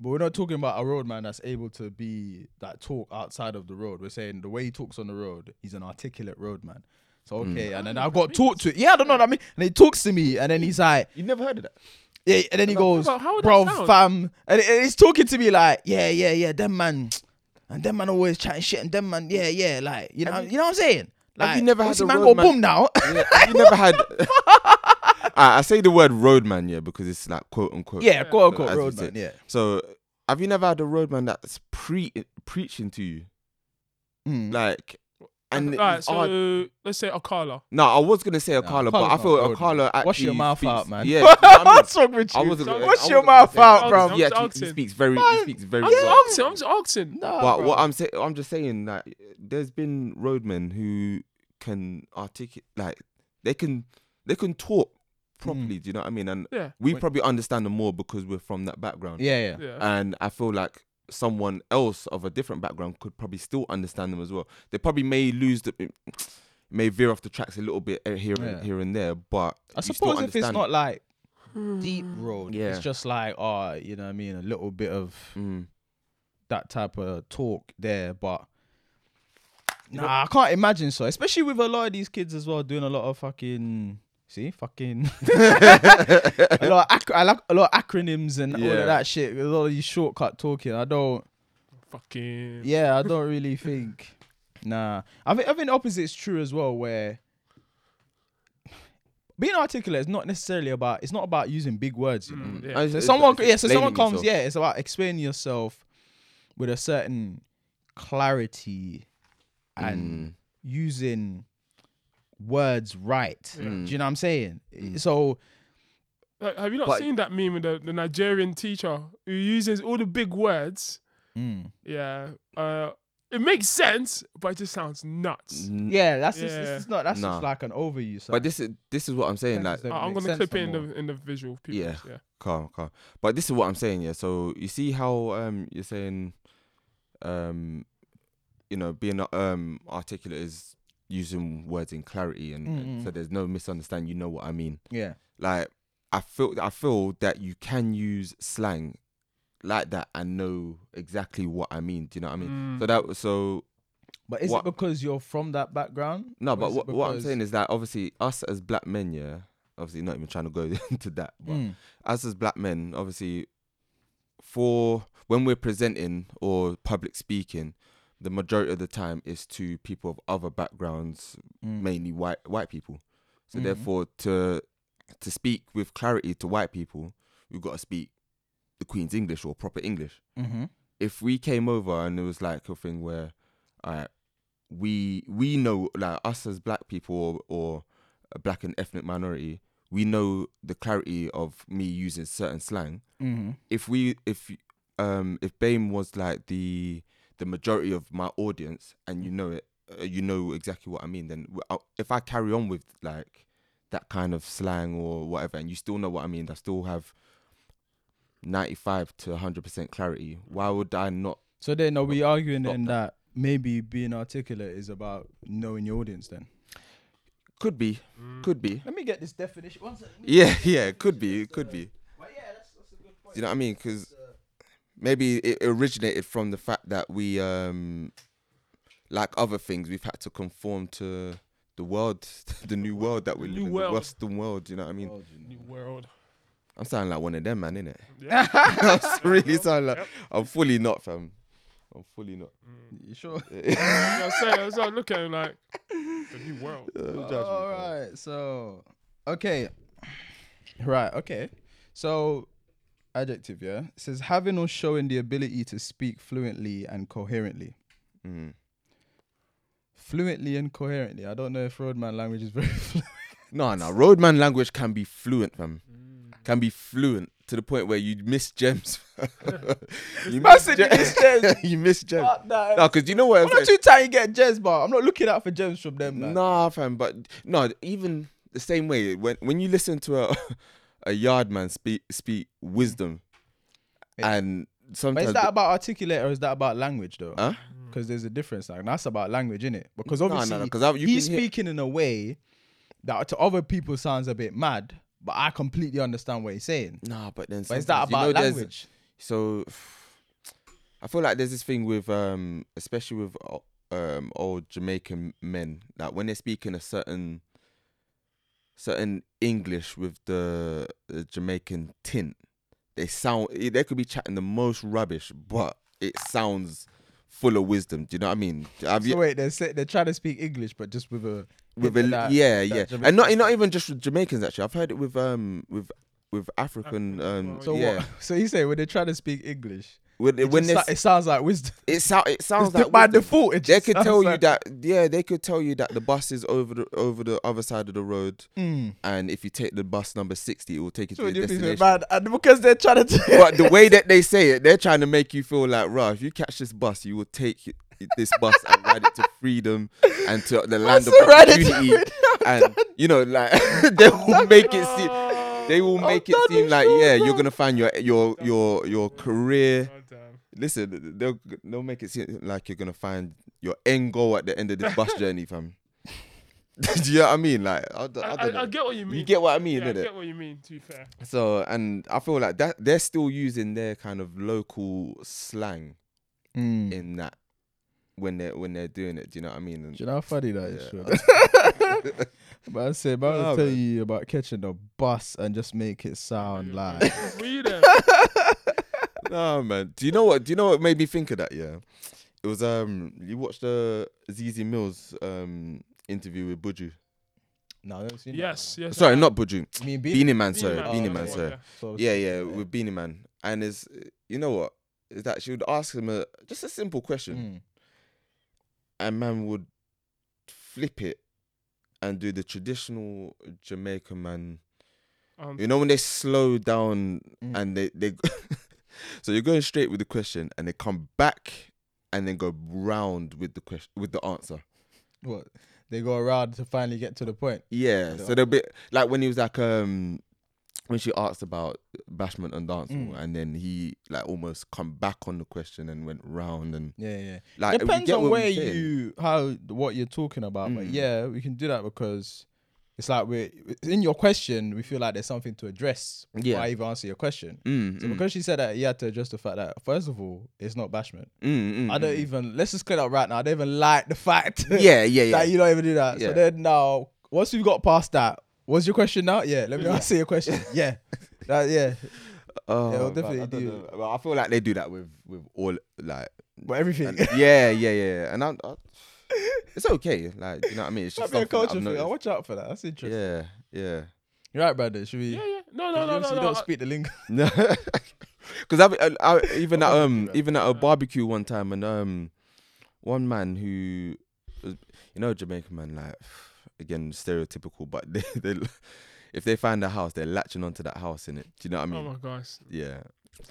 But we're not talking about a roadman that's able to be that talk outside of the road. We're saying the way he talks on the road, he's an articulate roadman. So okay, and then I got talked to. Yeah, I don't know what I mean. And he talks to me, and then he's like,
You never heard of that?
Yeah, and then he goes,
"Bro, how would
bro,
that sound?"
fam. And, and he's talking to me like, yeah, yeah, yeah, them man. And them man always chatting shit. And them man, yeah, yeah, like, you know, you know what I'm saying? Like,
Have you never had
obviously
a
man
road
go
man-
boom now.
Yeah, you never had. I, I say the word roadman, yeah, because it's like quote unquote.
yeah, quote unquote
As you
roadman,
said.
yeah.
So, have you never had a roadman that's pre preaching to you,
Mm.
like, and
All right,
it's
so
hard-
let's say Akala.
no, I was gonna say Akala, but I
Akala's
feel
not a roadman.
Akala actually
Wash your mouth
speaks-
out, man.
Yeah, you know what I mean?
What's wrong with
I
you?
wasn't. gonna-
Wash
I wasn't
your
gonna
mouth
say that.
out, bro.
I'm
Yeah,
just
actually, he
asking.
speaks very. He
Man,
speaks very
I'm
well.
just asking. I'm just asking.
Nah,
But
bro.
what I'm saying, I'm just saying that there's been roadmen who can articulate, like they can, they can talk
Mm.
properly. Do you know what I mean? And
Yeah.
we
Wait.
probably understand them more because we're from that background.
yeah, yeah.
Yeah.
And I feel like someone else of a different background could probably still understand them as well. They probably may lose the, may veer off the tracks a little bit eh, here
Yeah.
and here and there, but
I
you still
suppose if it's
understand. Hmm.
not like
Uh,
deep road,
Yeah.
it's just like, oh, you know what I mean? A little bit of
Mm.
that type of talk there, but nah, I can't imagine so. Especially with a lot of these kids as well doing a lot of fucking see fucking a lot of ac- I like a lot of acronyms and all
Yeah.
of that shit. A lot of these shortcut talking. I don't.
Fucking.
Yeah, I don't really think. Nah, I think I think the opposite's true as well. Where being articulate is not necessarily about. It's not about using big words. You know?
Mm, yeah.
And Uh, it's-
So
it's-
someone,
it's
yeah. So someone
explaining
comes,
yourself.
yeah. It's about explaining yourself with a certain clarity
Mm.
and using words right.
Mm.
Do you know what I'm saying? So
Like, Uh, have you not
But-
seen that meme with the, the Nigerian teacher who uses all the big words?
mm,
Yeah. Uh, it makes sense, but it just sounds nuts.
Mm.
yeah, that's just
Yeah.
this is not that's
Nah.
just like an overuse.
But this is this is what I'm saying. Like
I- I'm gonna clip it in the in the visual. People.
Yeah.
yeah.
Calm, calm. But this is what I'm saying, yeah. So you see how um you're saying um you know, being um articulate is using words in clarity and, and so there's no misunderstanding, you know what I mean.
yeah.
Like I feel I feel that you can use slang like that and know exactly what I mean. Do you know what I mean?
Mm-hmm. Mm.
So that so
But is
What-
it because you're from that background?
no, but what, what I'm
is it
saying is that obviously us as black men, yeah, obviously not even trying to go into that, but
Mm.
us as black men, obviously, for when we're presenting or public speaking, the majority of the time is to people of other backgrounds, mainly white white people. So therefore, to to speak with clarity to white people, we've got to speak the Queen's English or proper English
because- Mhm.
if we came over and it was like a thing where, alright, we we know like us as black people or, or a black and ethnic minority, we know the clarity of me using certain slang.
Mhm.
If we if um if BAME was like the the majority of my audience and you know it, uh, you know exactly what I mean. Then w- I- if I carry on with like that kind of slang or whatever, and you still know what I mean, I still have. 95 to 100% clarity. Why would I not
So then, are we arguing
Stop
then that maybe being articulate is about knowing your audience? Then
Could be. Could be.
let me get this definition. One second.
Yeah, yeah, could be. It could be. Do
But yeah, that's, that's a good point.
you know what I mean? Because maybe it originated from the fact that we, um like other things, we've had to conform to the world, the new world that we
New
live in,
world.
the Western world. You know what I mean?
New world.
I'm sounding like one of them, man, innit?
Yeah.
I'm really sounding like I'm fully not, fam. I'm fully not.
You sure?
You know what I'm saying? I was like, look at him like the new world.
All right. So, okay. Right. Okay. So, adjective. Yeah. It says having or showing the ability to speak fluently and coherently.
Mm.
Fluently and coherently. I don't know if roadman language is very fluent.
Mm.
No, no. Roadman language can be fluent, fam. Can be fluent. to the point where you miss gems. you
Man said you miss gems.
you miss gems.
Fuck that.
No, because you know what?
One or two times you get gems, but I'm not looking out for gems from them. Like.
Nah, fam, but no, even the same way when when you listen to a a yard man speak speak wisdom, and
But
sometimes
is that about articulate or is that about language though?
Huh?
Because there's a difference. Like that's about language, innit? Because
No, no, no,
obviously
'cause I- you
he's
can hear-
speaking in a way that to other people sounds a bit mad, but I completely understand what he's saying.
nah, but then
But is that
sometimes, you know
about
there's-
language?
So I feel like there's this thing with um, especially with o- um old Jamaican men that when they're speaking a certain certain English with the, the Jamaican tint, they sound eh, they could be chatting the most rubbish, but it sounds full of wisdom. Do you know what I mean? Have you-
So wait, they're say, they're trying to speak English, but just with a
with a,
that-
yeah,
that
yeah,
Jamaican
and not
accent.
not even just with Jamaicans actually. I've heard it with um with with African
Africans as
um
well,
So
yeah
what? So you say when they're trying to speak English,
when they-
it,
when
just sou-
they
it sounds like wisdom.
it, sou- it
It's
sounds like
by
wisdom.
default, it
they
just
could
sounds
tell you
like-
that yeah they could tell you that the bus is over the over the other side of the road
Mm.
and if you take the bus number 60 it will take you
So
to your
you think they're
destination
bad, and because they're trying to.
but the way that they say it they're trying to make you feel like rah if you catch this bus you will take y- this bus and ride it to freedom and to the land of
so ride it to
opportunity and you know like they will make it seem
Ah.
they will make it
done
seem
with
like
you,
yeah
bro.
you're gonna find your your your your career
Oh, damn.
Listen, they'll they'll make it seem like you're gonna find your end goal at the end of this bus journey, fam. Do you know what I mean? Like, I, d- I
I,
don't know.
I, I get what you mean.
you get what I mean,
yeah, I
innit?
get what you mean. To be fair,
So, and I feel like that they're still using their kind of local slang
Mm.
in that when they're when they're doing it. Do you know what I mean?
Do you know how funny that is?
Yeah.
Sean? but I say, but I'll
Nah,
tell
man.
you about catching the bus and just make it
Oh,
sound
Yeah,
like.
Were you there?
no man. Do you know what? Do you know what made me think of that? Yeah, it was um. You watched the ZZ Mills um interview with Buju.
No, I haven't seen that.
yes, yes.
Sorry, not Buju.
I mean, being
Beanie Man. Sorry,
Man,
Beanie
oh,
Man.
yeah,
Sorry.
so
Yeah, yeah, with Beanie Man. And it's you know what? Is that she would ask him a just a simple question
Mm.
and man would flip it and do the traditional Jamaican man.
Um,
You know when they slow down
Mm.
and they, they So you're going straight with the question and they come back and then go round with the question with the answer.
What? They go around to finally get to the point.
Yeah.
The
So they'll be like when he was like um when she asked about bashment and dance hall,
Mm.
and then he like almost come back on the question and went round and
Yeah, yeah.
Like we
Depends
get
on
what we're
where
saying.
you, how, what you're talking about. But
Mm.
yeah, we can do that because it's like we're in your question. We feel like there's something to address before
Yeah.
I even answer your question.
Mm,
So
mm,
because she said that, he had to address the fact that first of all, it's not bashment.
mm, mm,
I don't
mm.
even. Let's just clear up right now. I don't even like the fact.
Yeah, yeah, yeah.
that you don't even do that.
Yeah.
So then now, once we've got past that, what's your question now? Yeah, let me answer your question. Yeah, that, yeah.
oh,
they'll
but
definitely
I don't
do.
know. But I feel like they do that with with all like.
But everything.
and- yeah, yeah, yeah. And I, I, it's okay. Like you know what I mean. It's just
That'd be a
something that
culture
I've
thing. I watch
noticed.
out for that. That's interesting.
Yeah, yeah.
You're right, brother. Should we?
yeah, yeah. No, no,
you
no, no,
obviously
no.
don't
I-
speak the lingo.
No, because I've uh, I, I, even at
Barbecue,
um
right?
even at a barbecue one time, and um one man who was- you know Jamaican man like again stereotypical, but they, they if they find a house, they're latching onto that house in it. Do you know what I mean?
Oh my gosh.
Yeah.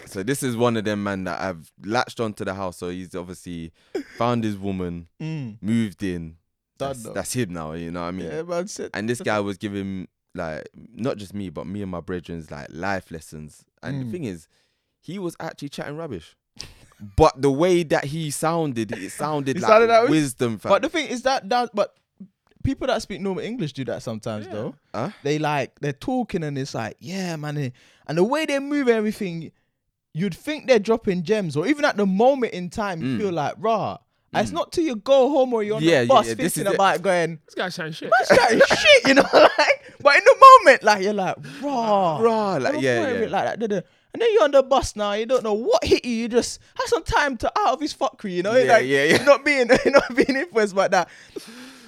So this is one of them man that I've latched onto the house. So he's obviously found his woman,
Mm.
moved in.
Done
That's,
though.
that's him now. You know what I mean?
Yeah, man. Sit.
And this guy was giving like not just me, but me and my brethren's like life lessons. And
Mm.
the thing is, he was actually chatting rubbish. But the way that he sounded, it sounded
He
like
sounded like wis-
wisdom. Fam.
But the thing is that that but people that speak normal English do that sometimes
Yeah.
though.
Huh?
They like they're talking and it's like, yeah, man. eh, And the way they move everything, you'd think they're dropping gems, or even at the moment in time, you
Mm.
feel like, rah. and It's not till you go home or you're on
Yeah, yeah,
the bus
yeah, this
thinking
is it.
about it going,
This guy's chatting shit.
that's that shit, you know, like. But in the moment, like you're like, rah,
Rah, like,
I'm
yeah,
wearing
yeah.
it like that. da-da. And then you're on the bus now. You don't know what hit you. You just have some time to out of his fuckery. You know,
Yeah,
like,
yeah, yeah.
You're not being, you're not being influenced by that.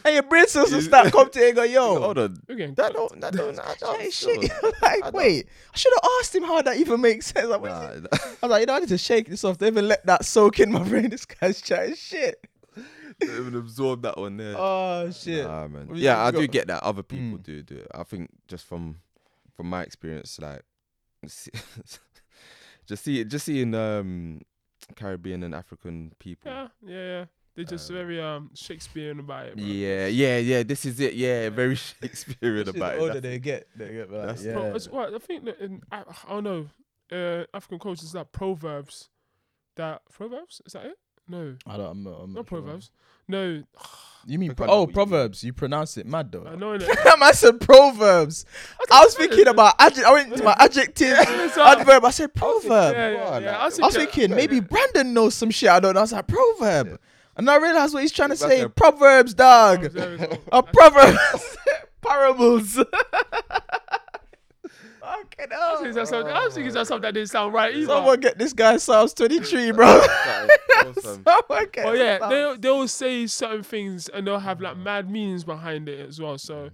And your brain cells will start come to you and go, yo,
hold on,
You're getting
that don't that don't that
that
don't-
is shit. You're like, wait, I should have asked him how that even makes sense. Like, what is
Nah,
it?
nah.
I was like, you know, I need to shake this off. They even let that soak in my brain. This guy's chatting shit.
Don't even absorb that one there.
Oh shit.
Nah, man.
Well,
Yeah,
you
I do
got-
get that. Other people
Mm.
do do it. I think just from from my experience, like see- just see, just seeing um, Caribbean and African people.
Yeah, yeah, yeah. They're just
Um,
very um Shakespearean about it. Bro.
Yeah, yeah, yeah. This is it. Yeah, very Shakespearean
Actually,
about
the
it.
older
That's-
they get, they get like,
that's-
yeah.
Bro, it's, well, I think that in I, I don't know uh, African culture is like proverbs. That proverbs is that it? No,
I don't. I'm, I'm
not proverbs. No,
You mean
pro-
oh
you-
proverbs? You pronounce it mad though.
I know it.
I said proverbs. I was thinking about adj- I went to my adjective
so-
adverb. I said
Yeah,
proverb.
yeah,
Wow,
yeah.
like-
I was
um, I was
thinking-
thinking maybe Brandon knows some shit I don't know. I was like proverb, and I realized what he's trying to
That's
say.
a-
Proverbs, dog.
Proverbs, there we go.
A proverbs, parables. Fucking
I was thinking
hell.
that's something- I was thinking that's something that didn't sound right either.
Someone get this guy Psalms 23, bro.
that is awesome.
Someone get
Oh yeah,
Psalms.
they they'll say certain things and they'll have
Mm.
like mad meanings behind it as well. So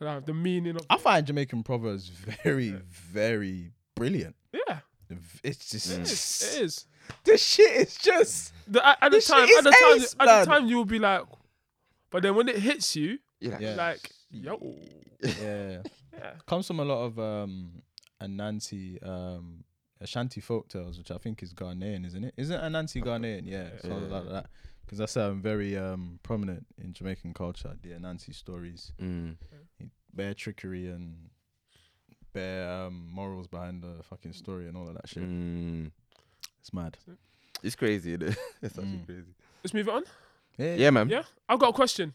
like the meaning of
I find Jamaican proverbs very, very brilliant.
yeah,
V- It's just
it is. It is.
this shit is just
The, at, at the
This shit
time,
is
at the time,
ace,
at the
man.
time, you'll be like, but then when it hits you,
You're like,
Yeah.
like yo,
yeah.
Yeah.
Comes from a lot of um Anansi um Ashanti folk tales, which I think is Ghanaian, isn't it? Isn't Anansi Ghanaian? Yeah, something
Yeah.
like that. Because that's um, very um prominent in Jamaican culture. The Anansi stories,
Mm.
bare trickery and bare um, morals behind the fucking story and all of that shit.
Mm.
It's mad.
It's crazy. Isn't it? It's actually
Mm.
crazy.
let's move it on.
Yeah, yeah,
Yeah, man.
Yeah, I've got a question.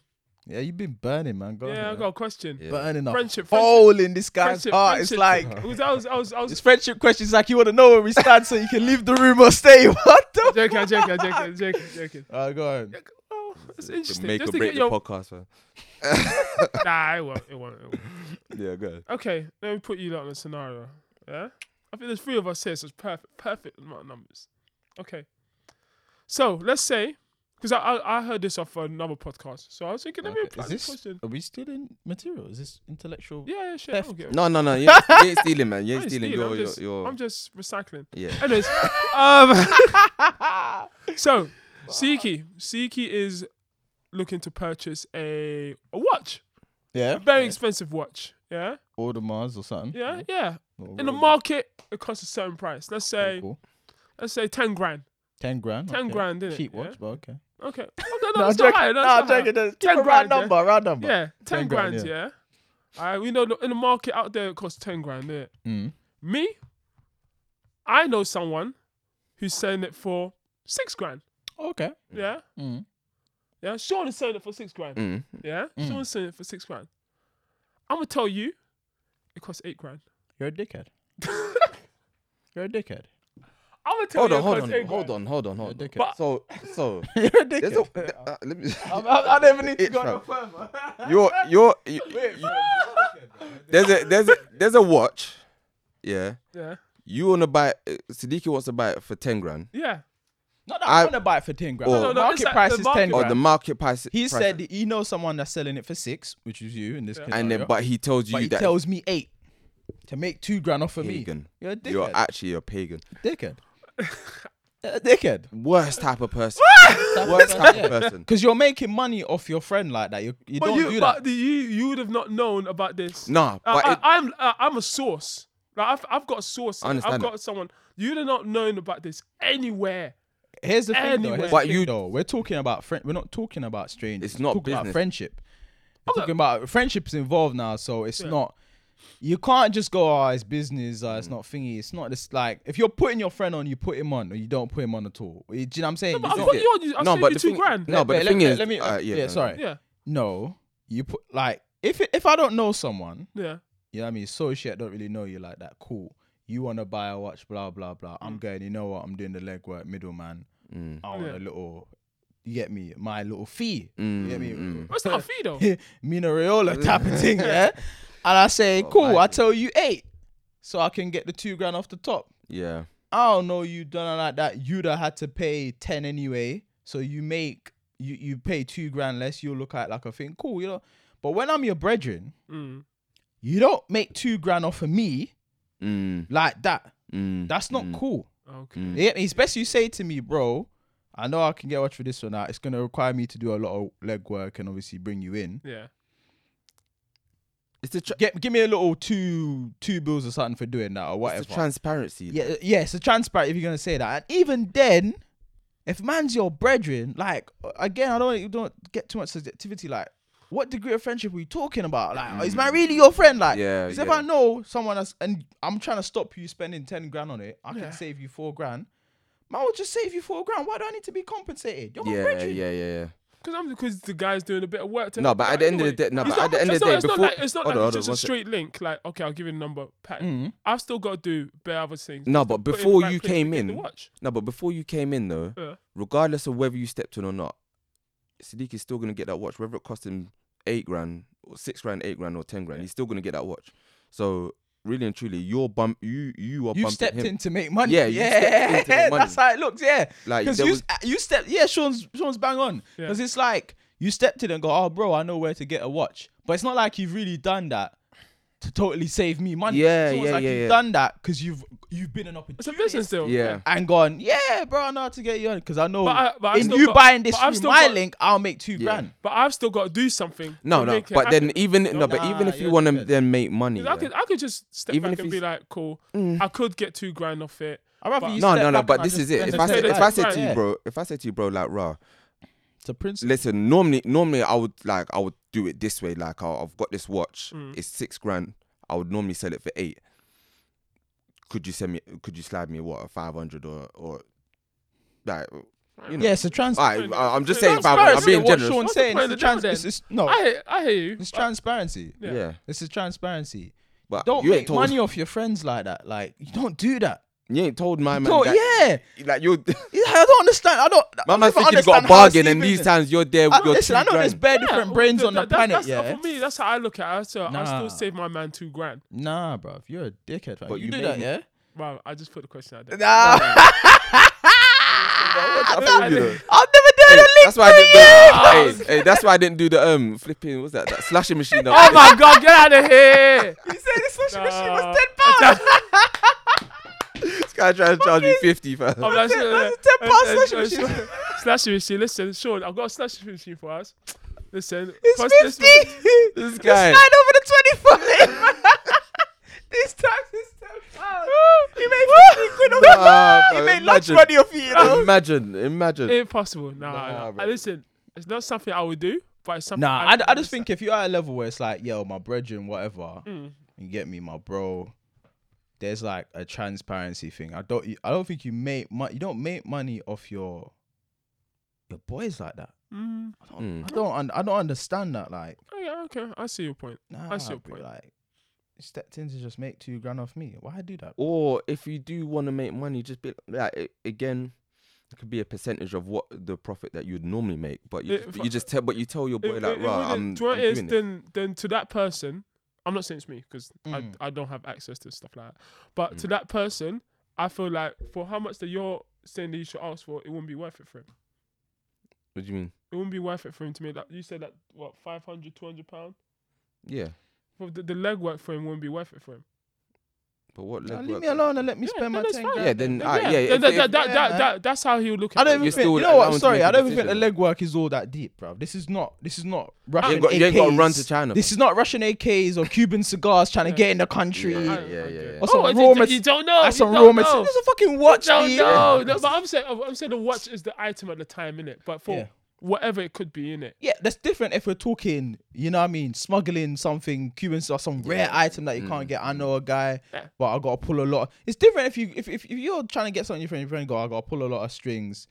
you've been burning, man. Go
yeah,
ahead,
I've
man.
got a question.
Yeah.
burning up.
Friendship, friendship,
hole in this guy's
friendship,
heart. It's
friendship.
like
It was- I was, I was, I was.
it's friendship questions. Like you want to know where we stand so you can leave the room or stay. What the?
joking, I'm joking, I'm joking, I'm joking, I'm joking.
Uh, go on.
Like, Oh, it's
To
interesting.
make
Just
or
to
break
get
the
your
podcast, man.
nah, it won't, it won't, it won't.
Yeah, go. ahead.
Okay, let me put you lot in a scenario. Yeah, I think there's three of us here, so it's perfect, perfect amount of numbers. Okay, so let's say because I, I I heard this off another podcast, so I was thinking let me
Okay.
apply
Is
this
this-
question.
Are we still in material? Is this intellectual?
Yeah, yeah, shit. I don't
Theft.
get it.
No, no, no. You ain't, you ain't stealing, man. You
I
ain't
ain't
stealing.
stealing,
You're,
I'm
you're,
just-
you're,
I'm just recycling.
yeah.
Anyways, um, so Siki, Siki is looking to purchase a a watch,
Yeah. Mm-hmm.
a very expensive watch. Yeah,
Audemars or something.
yeah, yeah.
Or
In the
whatever.
market, it costs a certain price. Let's
Okay,
say,
cool.
let's say ten grand.
Ten grand.
Ten
okay.
grand, innit?
Cheap
Yeah.
watch, but okay.
Okay. Oh, no, no,
Nah,
it's
I'm
not
joking.
high. No,
Nah,
it's not
I'm
high.
joking. Just
Ten
keep a
grand,
round
yeah.
number. Round number.
Yeah, 10,
10
grand,
grand, yeah.
yeah. All right, we know in the market out there it costs 10 grand, yeah.
Mm.
Me, I know someone who's selling it for six grand,
Okay.
yeah.
Mm.
Yeah, Sean is selling it for six grand,
Mm.
yeah.
Mm.
Sean's selling it for six grand. I'm gonna tell you, it costs eight grand.
You're a dickhead. You're a dickhead.
I'm gonna tell
Hold
you,
on,
it
hold
costs
on,
eight
hold on,
grand.
hold on, hold on.
But-
so, so
You're a
there's a,
dickhead.
uh, let me.
I'm- I'm- I don't even need to
It's
go no
round.
further.
You're, you're. You, you- there's a, there's a, there's a watch. Yeah.
Yeah,
You wanna buy? Uh, Siddiqui wants to buy it for ten grand.
yeah.
Not
I-
want to buy it for ten grand.
No, no,
no,
market
it's like
price
the
is
market
ten
Or
grand.
the market price.
He
price,
said that he knows someone that's selling it for six, which is you in this
Yeah.
case.
and then but he tells you
he
that
tells me eight to make two grand off of
you're
me.
pagan.
You're a dickhead.
You're actually a pagan.
dickhead. a dickhead.
Worst type of person. Worst type of person.
Because you're making money off your friend like that. You, you
But
don't
you,
do
but
that.
the, you, you would have not known about this.
Nah,
Uh,
but
I,
it,
I'm uh, I'm a source. Like I've I've got a source.
I
here. I've
understand
got someone. You'd have not known about this anywhere.
Here's the thing, though.
Anyway.
Here's
But
the
you-
thing, though. We're talking about friend. We're not talking about strangers.
It's not
We're talking about
business.
friendship. We're talking about friendships involved now, so it's
Yeah.
not. You can't just go, oh, it's business, oh, it's not thingy. It's not this like if you're putting your friend on, you put him on, or you don't put him on at all. You- do you know what I'm saying?
but
You
I've
don't-
got you on. you- I've
No,
saved
but
you
the
two
thing-
grand.
no, but
Wait,
the
let
thing
me-
is,
let me-
uh, yeah,
yeah,
no,
sorry.
Yeah,
No, you put like if if I don't know someone,
yeah.
you know what I mean, associate don't really know you like that. Cool. You wanna buy a watch, blah blah blah. I'm going. You know what? I'm doing the legwork, middleman.
Mm.
I want
Yeah.
a little. You get me? My little fee. you get me?
Mm,
That's not a fee though.
Mina Raiola type of thing, yeah. And I say, cool. I tell you eight, so I can get the two grand off the top.
yeah.
I don't know you done it like that. You'd have had to pay ten anyway, so you make you you pay two grand less. You'll look at it like a thing, cool, you know. But when I'm your brethren,
Mm.
you don't make two grand off of me
Mm,
like that.
mm,
That's not cool.
Okay.
You get me? It's best you say to me, bro. I know I can get watch for this one now. It's gonna require me to do a lot of legwork and obviously bring you in.
Yeah.
It's the tra-
Get, give me a little two two bills or something for doing that or whatever.
it's the transparency.
yeah, uh, yeah, it's a transparent if you're gonna say that. And even then, if man's your brethren, like uh, again, I don't you don't get too much subjectivity. Like, what degree of friendship are we talking about? Like, is man really your friend? Like,
Yeah,
'cause if
yeah.
I know someone that's and I'm trying to stop you spending ten grand on it, I
Yeah.
can save you four grand. Man, will just save you four grand. Why do I need to be compensated? You're my
yeah, yeah,
brethren.
yeah, yeah.
Because I'm because the guy's doing a bit of work. To
No,
help
but
you
at the end
anyway.
of the day, no,
It's
but
not-
at the end
it's
of the
not-
day,
it's not
before
like, it's not
hold
like
on, hold
it's just
on,
a
one sec. Mm.
straight link. Like, okay, I'll give you the number. Pat.
Mm.
I've still got to do bare other things.
No,
Just
but
to put in
before
the right
you
click
came
in the
in-
watch.
No, but before you came in though,
Yeah.
regardless of whether you stepped in or not, Sadiq is still gonna get that watch, whether it cost him eight grand or six grand, eight grand or ten grand. He's still gonna get that watch. So really and truly, you're bump, you you are
You
bumping
stepped
him.
in to make money.
Yeah, you
yeah,
stepped in to make money.
that's how it looks. Yeah,
Like,
because
there
you
was-
you stepped. Yeah, Sean's Sean's bang on
Yeah.
because it's like you stepped in and go, oh, bro, I know where to get a watch, but it's not like you've really done that to totally save me money.
Yeah,
it's almost
yeah,
like
yeah,
You've
yeah.
done that because you've you've been an opportunity
It's a business deal.
Yeah.
and gone, yeah, bro, I know how to get you on because I know
But I- but I've
in
still
you
got-
buying this
but I've
through
still
my
got-
link, I'll make two grand.
But I've still got to do something.
No,
to
no.
make it
But then
happen.
even no, but
Nah,
even if you
you're
wanna
different.
then make money,
I
yeah.
could, I could just step
Even if
back and be
he's-
like, cool.
Mm.
I could get two grand off it.
I'd rather
But-
you
no,
step
no, no.
back
But
and I
this
just
is it.
spend
If
the
I say,
ten
if I
grand.
say to you,
Yeah.
bro, if I say to you, bro, like, rah,
it's a principle.
listen. Normally, normally I would like I would do it this way. Like, I, I've got this watch. It's six grand. I would normally sell it for eight. Could you send me? Could you slide me what a five hundred or or like? You know.
Yeah, it's a trans.
All right, I- I'm just saying five hundred.
Transparency.
I'm being
what
generous.
Sean's
What's the
saying.
point
It's a
of the deal
trans.
then?
It's, it's, no,
I hear, I hear you.
it's
but-
transparency.
Yeah.
Yeah.
This is transparency.
but
Don't
you ain't
make
told
money off your friends like that. Like you don't do that.
you ain't told my man.
Don't-
that,
yeah.
like you.
Yeah, I don't understand. I don't. I
My
don't
man's
even
thinking you got
understand
a
how
bargain,
it's
and these
even-
times you're there with
I,
your
Ah, listen, I
two
know there's
grand.
bare
Yeah,
different
well,
brains
that-
on the
that-
planet.
that's-
yeah.
For me, that's how I look at it. So I
Nah.
still save my man two grand.
Nah, bro, you're a dickhead. But
But
you,
you
do
made
that,
me-
yeah.
Wow, I just put the question out there.
Nah,
I told you though.
I'm never doing a link.
That's why I didn't. Do, hey, hey, that's why I didn't do the um flipping. What's that? That slashing machine. that-
Oh my god, get out of here!
You said this washing machine
Nah.
was ten pounds.
This guy trying to charge me fifty, fam.
I'm like,
That's a-
uh,
that's a 10 pound
uh,
slashing
uh,
machine.
uh, slashing machine. Listen, Sean, I've got a slashing machine for us. Listen, post
It's
this one-
fifty.
This
Just
guy.
slide over the twenty-five. This tax is ten pounds. You made fifty quid off your
Nah,
You
bro,
made lunch
imagine.
money off it, you
"Oh."
know.
Imagine, imagine.
Impossible. Nah,
Nah,
nah,
bro.
listen, it's not something I would do, but it's something.
Nah, I,
can
I just
understand.
think if you're at a level where it's like, yo, my brethren, whatever, you get me, my bro. There's like a transparency thing. I don't, I don't think you make money. You don't make money off your your boys like that.
Mm,
I don't, I don't, un- I don't understand that. Like,
oh, yeah, okay, I see your point.
nah,
I see your
bro,
point.
like, you stepped in to just make two grand off me. Why do that?
Or if you do want to make money, just be like a- again. It could be a percentage of what the profit that you'd normally make, but you,
It-
just, you just tell, but you tell your boy
It-
like,
it
"Right,
wouldn't-
I'm,
do you know
I'm
what it is?
doing this."
Then, then to that person, I'm not saying it's me because
Mm.
I, I don't have access to stuff like that. But to that person, I feel like for how much that you're saying that you should ask for, it wouldn't be worth it for him.
What do you mean?
It wouldn't be worth it for him to make that. You said that what 500, 200 pound.
Yeah,
Well, the, the legwork for him wouldn't be worth it for him.
but what?
Nah,
leg
leave
work-
me alone and let me
Yeah,
spend my
then it's
ten
fine.
grand.
Yeah, then ah, yeah,
That-
if-
that,
if-
that, that,
yeah,
that,
man.
that's how he would look at
I
it.
don't even
you're
think.
still
You know what?
allowed to
Sorry,
make a
I don't even think the
decision.
legwork is all that deep, bruv. This is not. This is not
You
Russian
ain't got, you ain't got to run to
AKs.
China.
This is not Russian AKs or Cuban cigars trying to get in the country.
yeah, yeah, yeah,
Okay.
yeah.
Or some
Oh,
raw
you, you
material.
don't know.
That's
you
some
don't
raw
know.
material. There's a fucking watch.
No,
me.
no, no, but I'm saying, I'm saying the watch is the item at the time, in it. But for
Yeah.
whatever it could be, in it.
Yeah, that's different if we're talking, you know what I mean, smuggling something, Cuban or some rare item that you can't get. I know a guy,
Mm. Yeah.
but I gotta pull a lot. It's different if you if, if, if you're trying to get something your friend, your friend go, I gotta pull a lot of strings.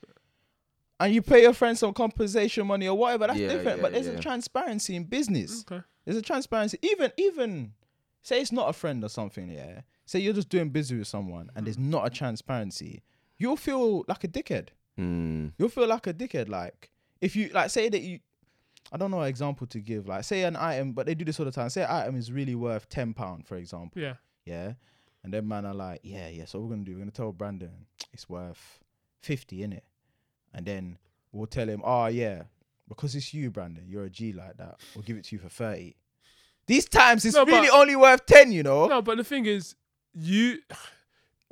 And you pay your friend some compensation money or whatever, that's
Yeah,
different.
yeah,
but there's
yeah.
a transparency in business.
Okay.
There's a transparency. Even even say it's not a friend or something, yeah. Say you're just doing business with someone and
Mm.
there's not a transparency, you'll feel like a dickhead
Mm,
you'll feel like a dickhead. Like if you like say that you, I don't know an example to give. Like say an item, but they do this all the time. Say an item is really worth ten pound, for example.
Yeah.
Yeah, and then man are like, yeah, yeah. So what we're gonna do, we're gonna tell Brandon it's worth fifty in it, and then we'll tell him, oh yeah, because it's you, Brandon. You're a G like that. We'll give it to you for thirty. These times it's
No, but-
really only worth ten, you know.
No, but the thing is, you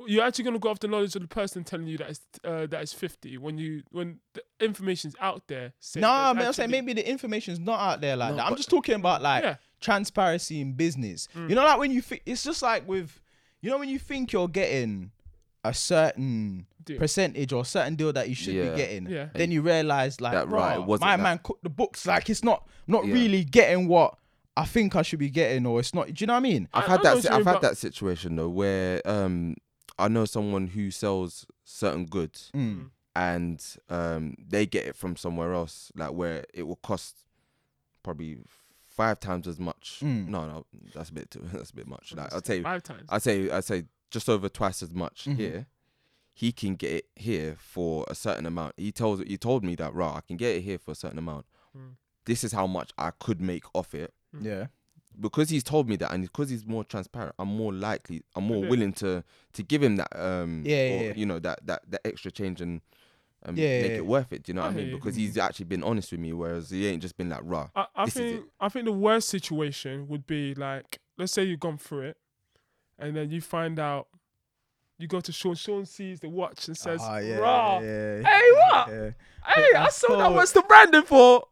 you're actually gonna go off the knowledge of the person telling you that it's uh, that it's fifty when you when the information's out there. saying
No,
that
man, I'm
it's
saying
uh, actually-
maybe the information's not out there like
No,
that. I'm
but-
just talking about like
Yeah. Mm.
transparency in business. You know, like when you think it's just like with, you know, when you think you're getting a certain
Deal.
percentage or certain deal that you should
Yeah.
be getting,
Yeah.
then you realize like,
That right, it
"Bruh,
wasn't
my
that-
man cooked the books. Like it's not not
Yeah.
really getting what I think I should be getting, or it's not. Do you know what I mean?
I've
I- I
had
know
that.
what
si-
you
I've
mean,
had
but-
that situation though, where um, I know someone who sells certain goods,
Mm.
Mm-hmm.
and um, they get it from somewhere else, like where it will cost probably five times as much.
Mm.
No, no, that's a bit too. That's a bit Mm-hmm. much. Like I'll tell you,
five times.
I say I say just over twice as much
Mhm.
here. He can get it here for a certain amount. He tells he told me that right. I can get it here for a certain amount.
Mm.
This is how much I could make off it
Yeah.
because he's told me that and because he's more transparent. I'm more likely. I'm more
Yeah.
willing to to give him that um
Yeah, yeah, yeah.
you know that that that extra change and. And
Yeah,
make
yeah, yeah.
it worth it. Do you know what I
I
mean?
hear you.
Because he's actually been honest with me, whereas he ain't just been like, "Rah."
I, I
This is
think I think the worst situation would be like let's say you've gone through it, and then you find out you go to Sean. Sean sees the watch and says,
Ah,
"Rah,
yeah,
hey what?
yeah.
Hey, I
That's
saw that.
cold.
What's the branding for?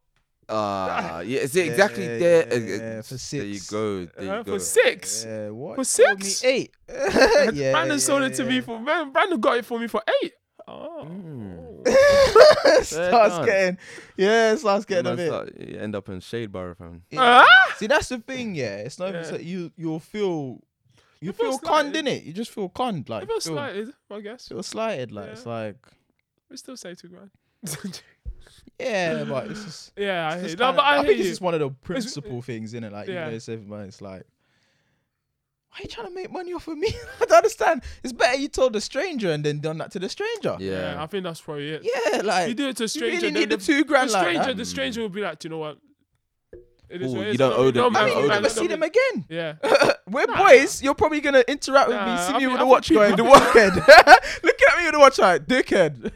Ah, yeah, is it
Yeah,
exactly
yeah,
there?
yeah,
Uh,
yeah,
uh,
for
There you
six.
go. There
Uh,
you
for
go.
six.
Yeah, what?
For
You told me
six?
eight.
And
yeah,
Brandon
yeah,
sold it to
yeah.
me for man. Brandon got it for me for eight. Oh,
Mm.
starts
done.
getting, yeah, starts getting a
Man
bit.
start- you end up in shade bar, fam.
Yeah. See, that's the thing, yeah. It's not even
Uh-huh. Yeah.
so you you'll feel you
You feel
feel conned
slighted.
in it. You just feel conned, like
if I
feel,
slighted, I guess
feel slighted. Like
Yeah.
it's like
we still say two grand.
yeah, but it's just.
yeah, I
it's
hear.
just
you. No,
kinda-
but I,
I,
hear
think
you.
this is one of the principal things in it. Like
yeah.
you know, it's everybody. It's like, why are you trying to make money off of me? I don't understand. It's better you told a stranger and then done that to the stranger. Yeah,
yeah. I
Yeah.
think that's probably it.
like
You do it to a
you
stranger.
really
then
need the
the-
two grand
the
like
stranger,
that.
the stranger will be like, do you know what? It
Ooh,
what it
you don't owe them-
No,
you
man,
I
don't
mean, you
owe
man,
never
them.
no,
see
man.
them again.
Yeah.
We're
Nah.
boys. You're probably gonna interact with me,
Nah,
see
I
me
think-
with
I
the
think
watch
people-
going, the walkhead. Look at me with the watch, like dickhead.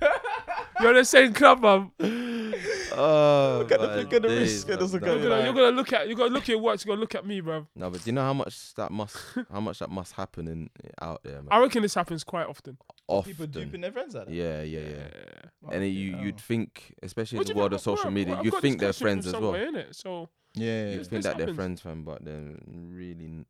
You're in the same club, man. You're
Oh,
Look at the-
my
look at the
days,
risk,
man.
that's a
Nah,
good
gonna,
Like-
you're gonna look at, you're gonna look at your watch. You're gonna look at me, bro.
No, but do you know how much that must, how much that must happen in out there, man?
I reckon this happens quite often.
People
Often.
duping their friends like that.
Yeah, yeah, yeah. And then you, you'd think, especially
What
in
do
the
you
world
think
of
about- bro,
social media,
I've
you
got
think
this
they're
question
friends
from
as well.
somewhere, innit? So
Yeah,
You
This-
think
this
that they're
happens.
friends, fam, but they're really. n-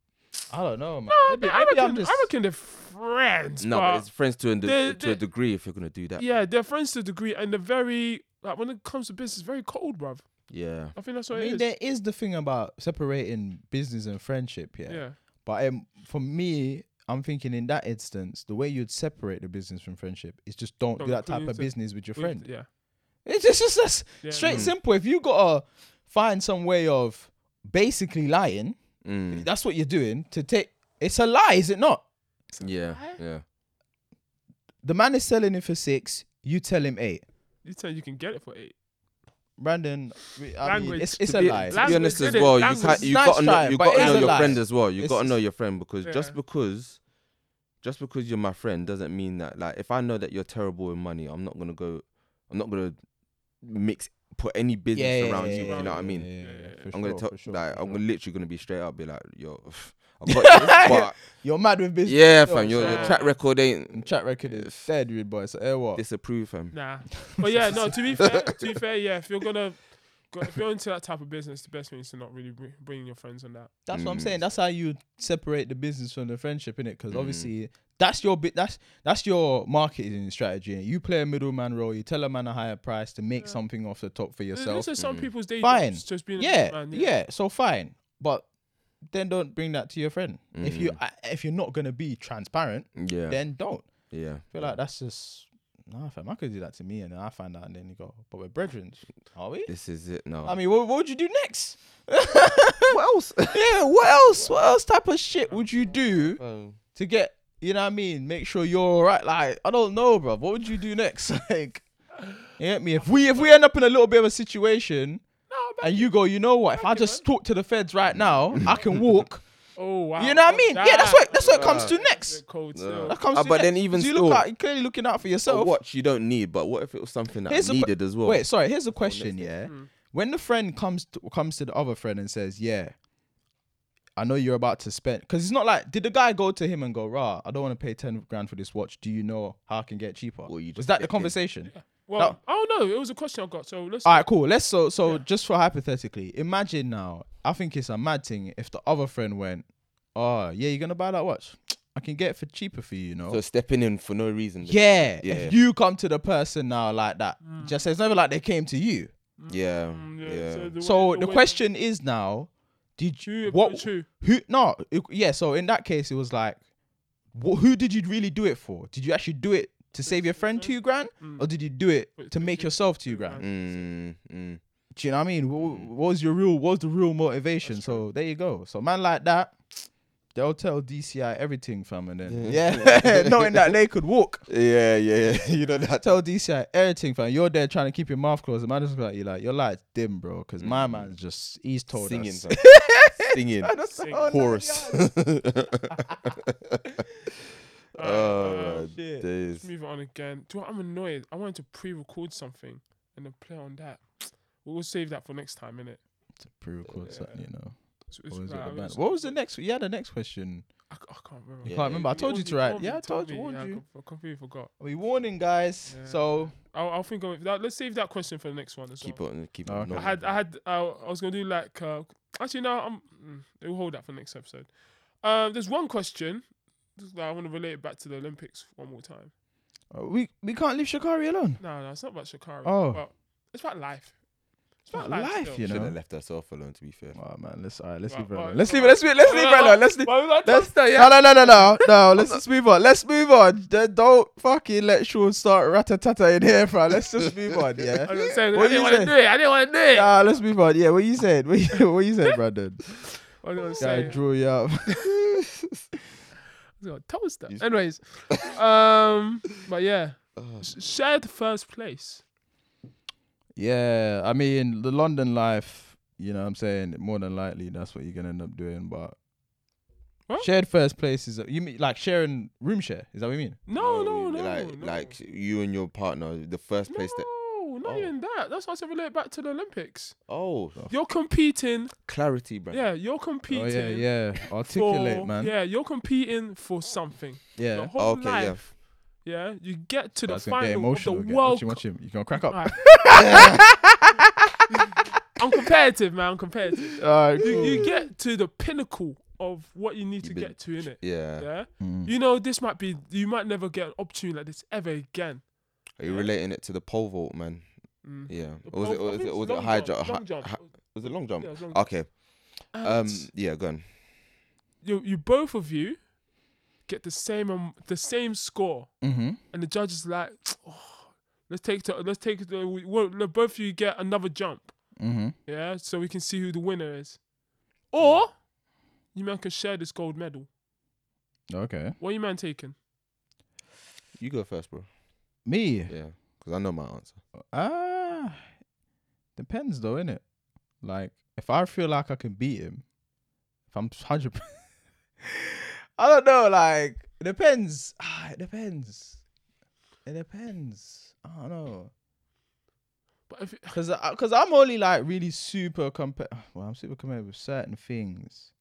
I don't know, man.
No,
Maybe-
I,
maybe I'm
reckon,
just-
I reckon they're friends.
No, but it's friends to a,
they-
de- to
they-
a degree if you're gonna do that.
yeah, they're friends to a degree, and they're very like when it comes to business, very cold, bruv.
Yeah.
I think that's
I
what
mean,
it is.
there is the thing about separating business and friendship, yeah.
Yeah.
But um, for me, I'm thinking in that instance, the way you'd separate the business from friendship is just don't,
Don't
do that type
include
of
it.
business with your
We-
friend.
Yeah.
It's just, just that's
Yeah.
straight
Mm.
simple. If you gotta find some way of basically lying,
Mm.
that's what you're doing to take. It's a lie, is it not?
Yeah.
Why?
Yeah.
The man is selling it for six. You tell him eight.
You tell you can get it for eight.
Brandon, we- I
Language.
mean, it's, it's
to
a
be,
lie.
To
Language,
be honest as
innit?
well, you
Language.
can't, you
Nice
gotta know,
try,
you
but
gotta
it's
know
a
your
lie.
friend as well. You
It's
gotta know
just-
your friend because just
Yeah.
because, just because you're my friend doesn't mean that. Like, if I know that you're terrible with money, I'm not gonna go. I'm not gonna mix put any business around you.
yeah,
you know
yeah,
what I mean?
yeah, yeah,
Yeah,
for
I'm gonna
sure,
tell,
for sure,
like,
for
I'm
sure.
gonna literally gonna be straight up, be like, yo, I got this, but
You're mad with business.
yeah, fam, your, your
Yeah.
track record
And
ain't
track record is dead, rude boy. So, eh, what?
disapprove, fam.
Nah. But yeah, no. To be fair, to be fair, yeah. If you're gonna, go, if you're into that type of business, the best thing is to not really bring, bring your friends on that.
That's what I'm
Mm.
saying. That's how you separate the business from the friendship, innit? Because obviously that's your bit. That's that's your marketing strategy. You play a middleman role. You tell a man a higher price to make something off the top for
This
yourself. Mm.
is some people's day
Fine.
jobs, just being a
yeah,
man,
yeah, So fine, but then don't bring that to your friend. If you I- if you're not gonna be transparent,
Mm. Yeah,
then don't.
yeah.
I feel like that's just nah, fam. I could do that to me, and then I find out, and then you go, but we're brethren, are we?
This is it now.
I mean, what, what would you do next?
what else?
yeah, what else? What else type of shit would you do
Um,
to get you know what I mean, make sure you're alright. Like, I don't know, bruv. What would you do next? Like you get me? If we if we end up in a little bit of a situation
No, man.
and you go, you know what, if I just talk to the feds right now, I can walk.
Oh wow.
You know what I
Oh,
mean? Yeah, that's what that's what it comes to
that's a
next.
bit Cold.
No.
still.
That comes
Ah,
to
but
next.
then even
'Cause you
still-
look out, you're clearly looking out for
a
yourself.
watch you don't need, but what if it was something that
Here's a que-
needed as well?
Wait, sorry. Here's a question. Yeah, when the friend comes to, comes to the other friend and says, "Yeah, I know you're about to spend," because it's not like did the guy go to him and go, "Rah, I don't want to pay ten grand for this watch. Do you know how I can get cheaper?"
Well, you
Was
just
that the
dipped in.
conversation?
Well,
No.
oh no, it was a question I got. So let's.
All right, cool. Let's so so
Yeah.
just for hypothetically, imagine now. I think it's a mad thing if the other friend went, "Oh yeah, you're gonna buy that watch. I can get it for cheaper for you, you know."
So stepping in for no reason.
yeah,
Yeah.
If you come to the person now like that, just it's never like they came to you.
Yeah.
Mm,
Yeah.
the,
So the
way-
question is now, did
True,
you what?
true.
Who? No. it- yeah. So in that case, it was like, wh- who did you really do it for? Did you actually do it to save your friend two grand,
mm,
or did you do it to make yourself two grand?
Mm, mm.
Do you know what I mean? What, what was your real? What was the real motivation? So there you go. So man like that, they'll tell DCI everything, fam, and then yeah, knowing that they could walk,
Yeah. Yeah. Yeah. You know that.
tell DCI everything, fam. You're there trying to keep your mouth closed. The man just like you, like your light's dim, bro, because my man's just he's told
Singing.
us.
fam. Singing.
Sing.
Chorus.
Uh,
Oh,
Oh, shit.
days.
Move it on again. Do you know what I'm annoyed? I wanted to pre-record something and then play on that. We'll we'll save that for next time, innit?
Pre-record something, you know.
It's, it's,
Always
like,
got
I
the
mean,
band.
it's-
What was the next? Yeah, the next question.
I, c- I can't remember.
I
Yeah.
can't remember. I told you to write.
me,
Yeah, I told
me,
you.
yeah,
Warned
I
you.
com- I completely forgot.
We warning, guys.
Yeah.
So
I'll, I'll think of it. That, let's save that question for the next one as
Keep
well.
on. Keep
Okay.
on.
I had, I had, uh, I was gonna do like. Uh, actually, no, I'm. mm, We'll hold that for next episode. Um, there's one question. just that I want to relate it back to the Olympics one more time.
uh, we we can't leave Shakari alone.
No, no, it's not about Shakari.
Oh.
but it's about life. It's
About
about
life,
still.
you
Should
know.
have left herself alone. To be fair.
Oh man, let's all right, let's
Right,
leave her
right,
alone. Let's
right.
leave it. Let's leave. Let's leave her alone. Let's leave.
But we got to-
Let's, no, no, no, no, no, no. Let's just move on. Let's move on. D- Don't fucking let Sean start ratatata in here, bro. Let's just move on.
I
Yeah.
was saying,
What
I
do you
didn't want
say?
to do it. I didn't want to do it.
Nah, let's move on. Yeah, what you said? What you, what you said, Brandon?
I was gonna
Guy
say, I
drew you up.
was gonna toast that.
You-
Anyways, um, but yeah,
Oh,
Sh- shared first place.
Yeah, I mean the London life, you know what I'm saying? More than likely that's what you're gonna end up doing, but
What?
shared first place is you mean like sharing room share, is that what you mean? Oh,
No, no,
you-
no,
Like,
no.
like you and your partner, the first place that.
No, not
Oh.
even that. That's why I said relate back to the Olympics.
Oh,
You're competing.
clarity, bro.
Yeah, you're competing.
Oh yeah, yeah.
for-
Articulate, man. Yeah.
Yeah, you're competing for something. Your
yeah.
whole
Okay, yeah.
life. Yeah. you get to the
That's gonna get
final of the
emotional again.
World
Watch him, watch him. You're gonna crack up.
Alright. I'm competitive, man. I'm competitive.
Alright,
You,
cool.
you get to the pinnacle of what you need to
You've been-
get to, innit?
Yeah.
Yeah.
Mm.
You know, this might be, you might never get an opportunity like this ever again.
Are you relating it to the pole vault, man?
Mm.
Yeah.
The
Or was
pole-
it?
I
or Was
think
it?
it's
Was
long
it high
jump,
jump?
long
hi-
jump.
hi- Was it long jump?
Yeah, it's long
Okay. Um.
And
Yeah. Go on.
you, you both of you get the same, um, the same score.
Mm-hmm.
and the judge is like, "Oh, let's take to, let's take the we, well, let both of you get another jump,
Mm-hmm.
yeah, so we can see who the winner is, or you man can share this gold medal.
Okay.
What you man taking?
You go first, bro.
Me.
Yeah. Because I know my answer.
Ah depends though, innit? Like if I feel like I can beat him, if I'm hundred I don't know, like it depends. Ah, it depends. It depends. I don't know.
But if it,
Cause, I, cause I'm only like really super compet. Well, I'm super competitive with certain things.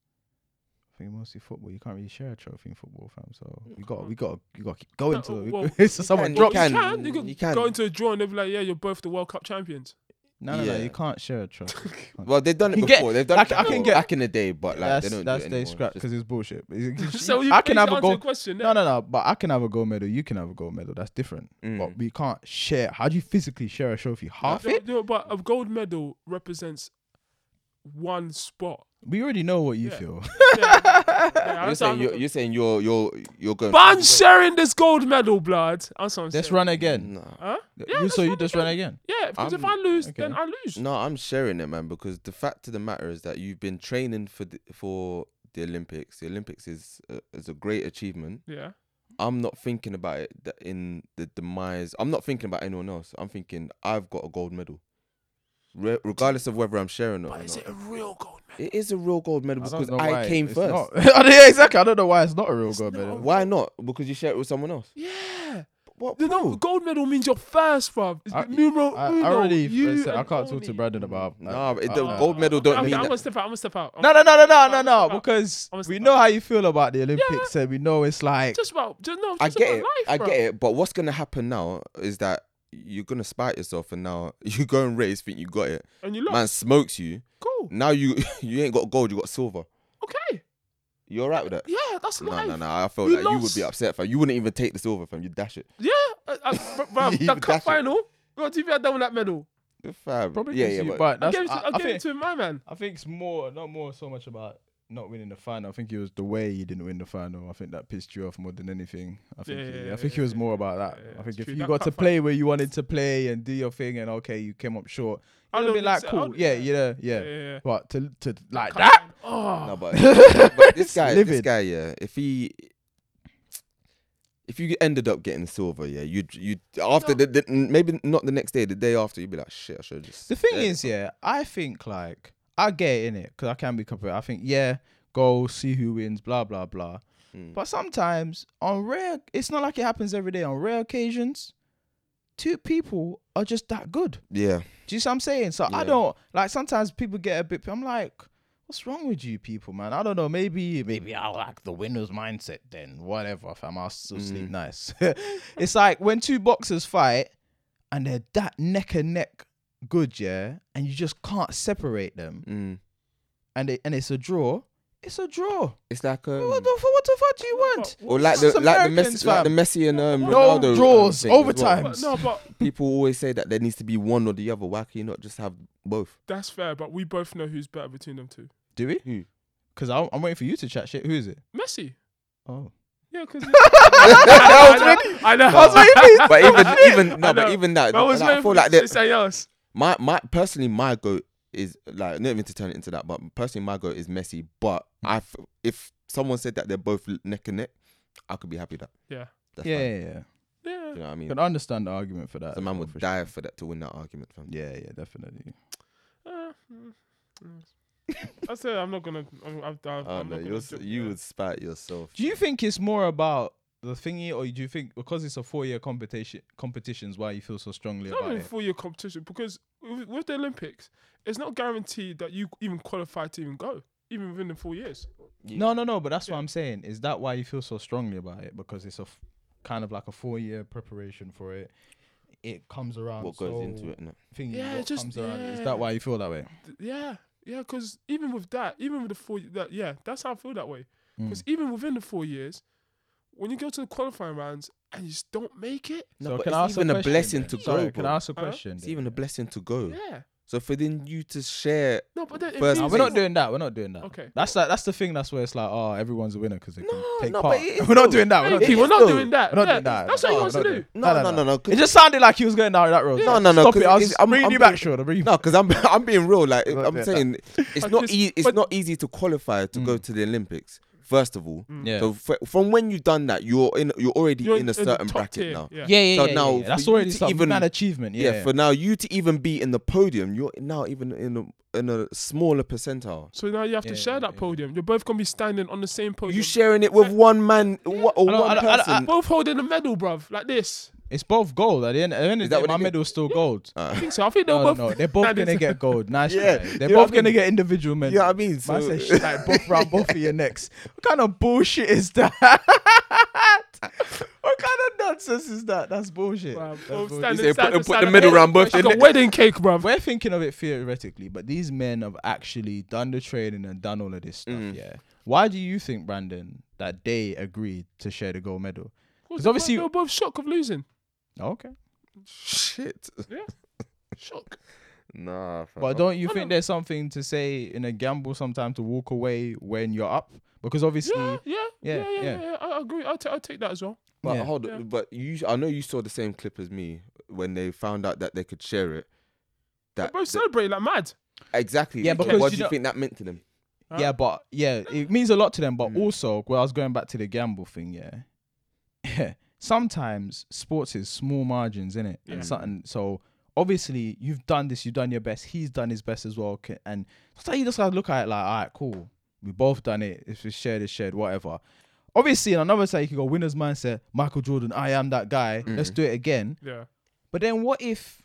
I think mostly football. You can't really share a trophy in football, fam. So we got, we got, you got to keep going
No,
till we-
well,
so someone
can-
drops.
you
can-
can, you can,
you can.
go into a draw and they'll be like, yeah, you're both the World Cup champions.
No, no, no.
Yeah.
You can't share a trophy.
Well, they've done it
can get-
before. They've done
I
it
can- I can
before,
get-
back in the day, but like
that's
they don't.
that's
do it
they
anymore.
scrap
It's
because it's bullshit. It's-
so you
I can
basically
have a
answered
goal.
The question,
No, no, no. But I can have a gold medal. You can have a gold medal. That's different.
Mm.
But we can't share. How do you physically share a trophy? Half
No,
it.
no, but a gold medal represents one spot.
We already know what you
Yeah.
feel.
Yeah, yeah,
You're
that's how
saying
I'm
you're,
looking-
you're saying you're you're you're going.
But I'm sharing this gold medal, blood. That's what I'm
Let's
saying.
run again.
Nah.
Huh? Yeah,
you
let's
so you
run
just run again.
Yeah, because if
I'm-
I lose,
okay.
then I lose.
No, I'm sharing it, man, because the fact of the matter is that you've been training for the, for the Olympics. The Olympics is uh, is a great achievement.
Yeah.
I'm not thinking about it th- in the demise. I'm not thinking about anyone else. I'm thinking I've got a gold medal, Re- regardless of whether I'm sharing it or
But
not.
is it a real gold medal?
It is a real gold medal
I don't
because
know
I,
why
came
it's
first.
not- yeah, exactly. I don't know why it's not a real
It's
gold
not
medal.
a
Why not? Because you share it with someone else.
Yeah.
What?
The no,
bro?
gold medal means you're first, bruv. It's
I-
numero
I, I
uno,
already
you
said I
and
can't talk to
only.
Brandon about.
Nah, but it- the
uh,
gold medal don't
Okay,
mean
I'm
that.
gonna step out. I'm gonna step out. I'm
No, no, no, no, no, no,
I'm
no.
gonna step out.
Because
I'm gonna
we
step
know
out.
how you feel about the Olympics,
Yeah.
and we know it's like
Just about, just, no,
I
just
get
about
it.
life,
I
bruv.
get it. But what's gonna happen now is that you're gonna spite yourself, and now you go and race, think you got it.
and you look
Man smokes you.
cool.
Now you you ain't got gold, you got silver.
Okay,
You alright with that?
yeah, that's
No,
life.
no, no. I felt
You
like you would be
lost.
upset, fam. You wouldn't even take the silver, fam. You dash it,
Yeah, uh, uh, br- bruv,
You
that
dash
cup
it.
final. What do you think I done with that medal?
fam.
Probably
yeah,
gives
yeah,
you-
but,
but
I
that's,
gave it to, I
I, I,
gave it
think,
to my man.
I think it's more, not more so much about not winning the final. I think it was the way you didn't win the final. I think that pissed you off more than anything. I think,
Yeah,
it-
yeah,
I think
yeah,
it was
yeah,
more about that.
yeah, yeah,
I
it's
think if
true.
you
That
got to
cup
play where you wanted to play and do your thing, and okay, you came up short.
I
I'd
know
have been like,
what you said.
cool, yeah, yeah,
yeah,
yeah.
yeah.
But to to like
Cup
that,
final. Oh,
no, but, but this
It's
guy, this
livid.
guy, yeah. If he, if you ended up getting silver, yeah, you you after the, the maybe not the next day, the day after, you'd be like, shit, I should just.
The thing
yeah.
is, yeah, I think like I get in it because I can be competitive. I think yeah, go see who wins, blah blah blah.
Mm.
But sometimes on rare, it's not like it happens every day. On rare occasions, two people are just that good.
yeah,
Do you see what I'm saying? So
Yeah.
I don't like sometimes people get a bit. I'm like, what's wrong with you people, man? I don't know. Maybe maybe I like the winner's mindset. Then whatever, fam. I'll still sleep nice. it's like when two boxers fight and they're that neck and neck good, yeah, and you just can't separate them,
mm.
and it, and it's a draw. It's a draw.
it's like um,
What the fu- Mm. what the fuck do you want?
or like the
It's
like the,
Americans,
Messi, like the
fam.
Messi and um,
No
Ronaldo um,
draws,
thing as well.
overtime.
but, no, but
People always say that there needs to be one or the other. Why can you not just have both?
that's fair. But we both know who's better between them two.
Do we?
Who?
Because I'm, I'm waiting for you to chat shit. Who is it?
Messi.
Oh,
Yeah, because I, know- I know. I was
But even even
I
no,
know.
but even that,
I was
like, I
waiting
feel
for
like
like
that.
say else.
My my personally, my goat is like not even to turn it into that, but personally, my goat is Messi. But I, f- if someone said that they're both l- neck and neck, I could be happy that.
Yeah.
That's
yeah,
fine.
yeah, yeah.
Yeah.
You know what I
I
mean?
can understand the argument for that.
The man would
For sure.
die for that to win that argument. From
Yeah, yeah, definitely.
Uh, mm, mm. I said I'm not gonna. I'm, I'm, I'm,
I
I'm
don't know.
not
You're,
gonna
s-
joke
Oh, you
there.
would spite yourself.
Do you think it's more about the thingy, or do you think because it's a four-year competition, competitions, why you feel so strongly
not
about
even
it?
for your competition because with, with the Olympics, it's not guaranteed that you even qualify to even go, even within the four years.
No, no, no. But that's
Yeah.
what I'm saying. Is that why you feel so strongly about it? Because it's a f- kind of like a four-year preparation for it. It comes around.
What goes
so
into it? No?
Thingy,
Yeah,
what
it just-
comes around. Is
yeah.
that why you feel that way?
Th- Yeah, yeah, because even with that, even with the four, that yeah, that's how I feel that way.
Hmm.
Mm.
Because even within the four years, when you go to the qualifying rounds and you just don't make it,
No,
so
but
can
it's
I ask
even
a,
a
question
blessing
then?
to
Sorry,
go,
Can
bro.
I ask a
Huh?
question?
It's
then?
even a blessing to go.
yeah,
So for then you to share,
no, but then if
First
you-
No, we're not doing that. We're not doing that.
Okay.
That's that. That's the thing. That's where it's like, oh, everyone's a winner because they can
No,
take
no, but
part.
it is
we're not
though.
doing that. We're not
Thank you.
doing
We're
that.
not doing that.
We're not
Yeah,
doing that.
That's what he
No,
wants
we're
to
not
do.
doing
Oh, no, no, no, no,
It
'cause-
just sounded like he was going down that road.
No, no, no,
Stop
'cause
it. I
it's-
was
I'm-
bringing
I'm
you back,
being-
Sean. I'm bringing you
No, because I'm I'm being real. Like
Not
I'm
doing
saying, it's
But
not
this-
easy. It's
but-
not easy to qualify to go
Mm.
to the Olympics. First of all,
Yeah.
so fr- from when you've done that, you're in. You're already
You're
in a
the
certain
top
bracket
tier,
now.
Yeah.
yeah, yeah,
So
yeah,
now
yeah, yeah. That's
for you
already
to
something.
even-
Even, an achievement.
Yeah.
Yeah.
For now, you to even be in the podium, you're now even in a in a smaller percentile.
So now you have to
Yeah,
share that
yeah.
podium. You're both gonna be standing on the same podium.
You sharing it with one man wha- or
I don't- I don't-
one
I don't- I-
person.
both holding a medal, bruv, like this.
it's both gold. At the end, at the end
Is
of
that
the day,
what
my
it is?
medal's still gold.
I
Uh,
think so. I think they're
No, no,
both.
no. They're both
Nah,
gonna
this-
get gold. Nice.
Yeah,
Yeah. They're
you know what
both
I
gonna
mean?
get individual medals.
you know what I mean? So
Man said shit like both round both of your necks. What kind of bullshit is that? what kind of nonsense is that? That's bullshit.
Bruv,
That's
both
bullshit.
standing
say put-
side to
put
side
the
like
medal
this.
round both
Like
their
a wedding cake, bruv.
We're thinking of it theoretically, but these men have actually done the training and done all of this stuff.
Mm.
Yeah. Why do you think, Brandon, that they agreed to share the gold medal?
Because
obviously-
they were both shocked of losing.
Okay.
shit.
Shock.
Nah, fam.
But don't you
I don't-
think there's something to say in a gamble sometimes to walk away when you're up? Because obviously,
Yeah, yeah, yeah,
Yeah,
yeah, yeah.
yeah.
yeah. I agree. I'll, t- I'll take that as well.
But
Yeah.
hold
Yeah.
on, but you I know you saw the same clip as me when they found out that they could share it.
They
That,
both
that-
celebrate like mad.
exactly.
Yeah,
But
because
what
you
do you
know-
think that meant to them?
Huh? Hmm.
yeah, but yeah, it means a lot to them. But
Mm.
also, well, I was going back to the gamble thing. Yeah, sometimes sports is small margins, in it,
Yeah.
and something. So obviously, you've done this, you've done your best. He's done his best as well, ca- and so you just gotta look at it like, all right, cool. We both done it. If it's shared, it's shared. Whatever. Obviously, on another side, you could go winner's mindset. Michael Jordan, I am that guy. Let's
Hmm.
do it again.
Yeah.
But then what if,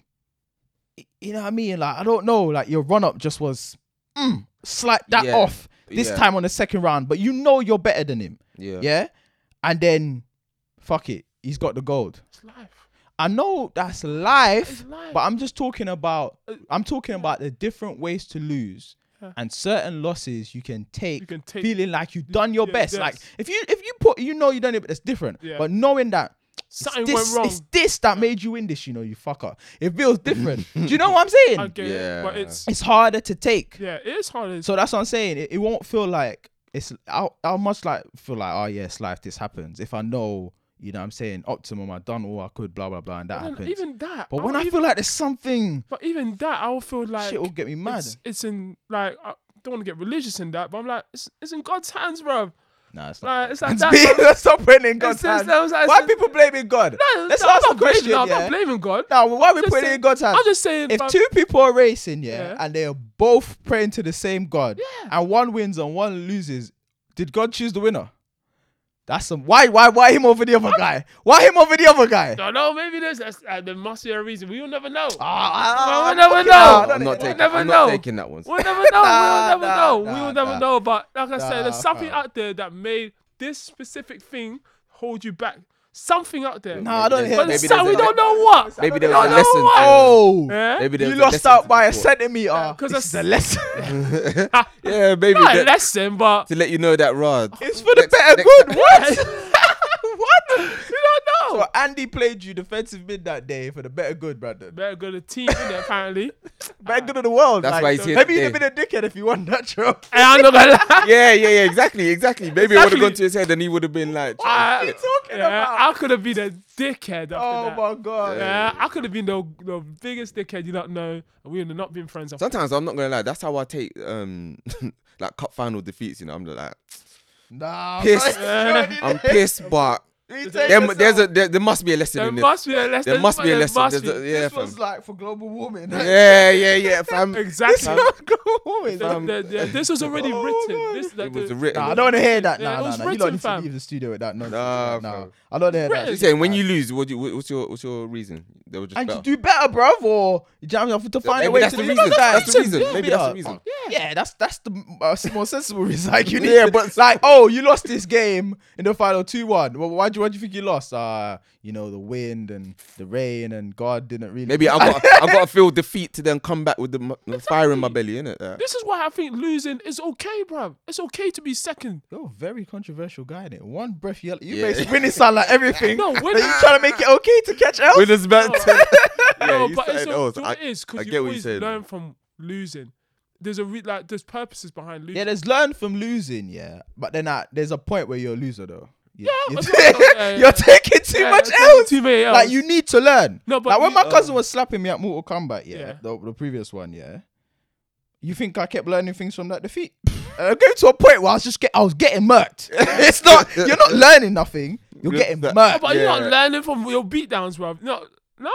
y- you know what I mean? Like, I don't know. Like, your run up just was mm, slight that
Yeah.
off this
Yeah.
time on the second round, but you know you're better than him.
Yeah.
Yeah. And then, fuck it. He's got the gold.
It's life.
I know that's life,
It's life.
but I'm just talking about I'm talking about the different ways to lose.
Yeah.
And certain losses you can take,
You can take-
feeling like you've done your
yeah,
best. Like
yes.
if you if you put you know you done it, but it's different.
Yeah.
But knowing that
Something
this,
went wrong.
It's this that made you win this, you know, you fucker. It feels different. Do you know what I'm saying?
I get it, but
Yeah.
it's
It's harder to take.
yeah, it is hard. It's,
So that's what I'm saying. It, it won't feel like it's I'll, I'll much like feel like, oh yes, life this happens. If I know, you know what I'm saying, optimum, I've done all I could, blah blah blah, and that
and
happens.
even that.
but when I
I'll even,
feel like there's something
but even that, I will feel like
shit will get me mad.
It's, it's in like I don't want to get religious in that, but I'm like it's, it's in God's hands, bro.
Nah, it's not.
Like it's like that.
Let's stop putting in God's
It's- it's-
hands.
that was-
Why
it's-
people blaming God?
No,
Let's
no, I'm
ask
not
a
blaming-
question,
no, I'm
yeah.
not blaming God.
Now, why are we
I'm just
putting it
saying-
in God's hands?
I'm just saying.
if
but-
two people are racing, yeah,
Yeah.
and they are both praying to the same God,
Yeah.
and one wins and one loses, did God choose the winner? That's some why why why him over the other guy? Why him over the other guy?
don't know. Maybe there's that's, uh, there must be a reason. We'll never know.
Ah,
Well, we never
ah,
know.
ah,
I'm not
We'll
taking.
never
I'm not
know.
taking that one.
We'll never know.
Nah,
we'll never
nah,
know.
nah,
we will never
nah.
know. But like I said,
Nah,
there's something
fam.
out there that made this specific thing hold you back. Something out there.
Nah, I don't hear
but
that.
maybe
some,
there's
we
a-
don't know what.
Maybe
We
there was
don't
a
know
lesson.
what.
Oh,
Eh?
Maybe there
you
was a
lost
lesson
out
to
by a
be taught.
centimeter.
because
this is a
that's-
lesson.
Yeah, maybe
Not a
that-
lesson, but
to let you know that Rod.
it's for the
Next-
better
next-
good. What?
what? You don't know.
So Andy played you defensive mid that day for the better good, Brandon.
Better go to team in there, apparently.
Better good of the world.
That's
like,
why he's here
Maybe you'd have
today.
been a dickhead if you won that show.
And I'm not gonna lie.
Yeah, yeah, yeah. Exactly, exactly. Maybe it would
Exactly.
have gone to his head, and he would have been like,
I-
you talking
yeah,
about?
I could have been a dickhead after
Oh
that.
my god.
Yeah, I could have been the, the biggest dickhead you don't know, and we would have not been friends. After.
Sometimes I'm not gonna lie. That's how I take um like cup final defeats. You know, I'm like
Nah,
pissed.
Brandon,
I'm pissed, but
you take
there,
yourself.
there's a there, there must be a lesson
There
in this.
must be a lesson.
there must be a lesson.
must
There's a-
be.
yeah,
this was
fam.
like for global warming.
yeah, yeah, yeah, fam.
Exactly.
global warming.
The-
fam.
the- the- this was already
Oh,
written.
man.
This, like,
It was
the-
written.
Nah, I don't want to hear that.
Yeah,
Nah,
it
nah,
was
nah. you
written,
lot need to
fam.
leave the studio with that nonsense.
Nah,
man. nah.
fam.
I don't hear that.
Written.
You're
shit,
saying when
man.
you lose, what do you, what's your what's your reason? They were just
and to
better.
do better, bruv, or you know, what I mean? I have to find a
Maybe
way
that's
to
the
do
reason.
better.
That's the reason. Maybe that's
Yeah.
the reason.
Yeah, that's that's the uh, more sensible reason. Like you need
Yeah,
to-
but-
like, oh, you lost this game in the final two one. Well, why do you why do you think you lost? Uh, you know, the wind and the rain and God didn't really.
Maybe I got I got to feel defeat to then come back with the, mu- the fire in my belly, innit? Uh,
This is why I think losing is okay, bruv. It's okay to be second.
You're a very controversial guy in it. One breath, you you
Yeah.
make winning sound like everything.
No,
Like,
winning-
you trying to make it okay to catch L.
Winners back. yeah,
no,
you
but it's
said
all,
else.
do you know
I,
what it is
I
because
get what
you
you're
always
saying.
learn from losing. There's a re- like there's purposes behind losing.
Yeah, there's learn from losing, yeah. But then uh, there's a point where you're a loser though. You,
Yeah,
you're,
but no, no, yeah, yeah.
you're taking too
Yeah,
much
it's like
L's.
Too many L's.
Like you need to learn.
No, but
like when
you-
my cousin was slapping me at Mortal Kombat, yeah,
Yeah.
The, the previous one, yeah. You think I kept learning things from that defeat? And I came to a point where I was just get, I was getting murked. it's not you're not learning nothing. You're
Yeah,
getting
but-
murked.
But you're
Yeah.
not learning from your beatdowns, bruv. No, no.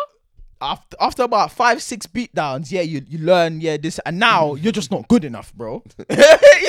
After after about five six beatdowns, yeah, you you learn yeah this, and now you're just not good enough, bro. you're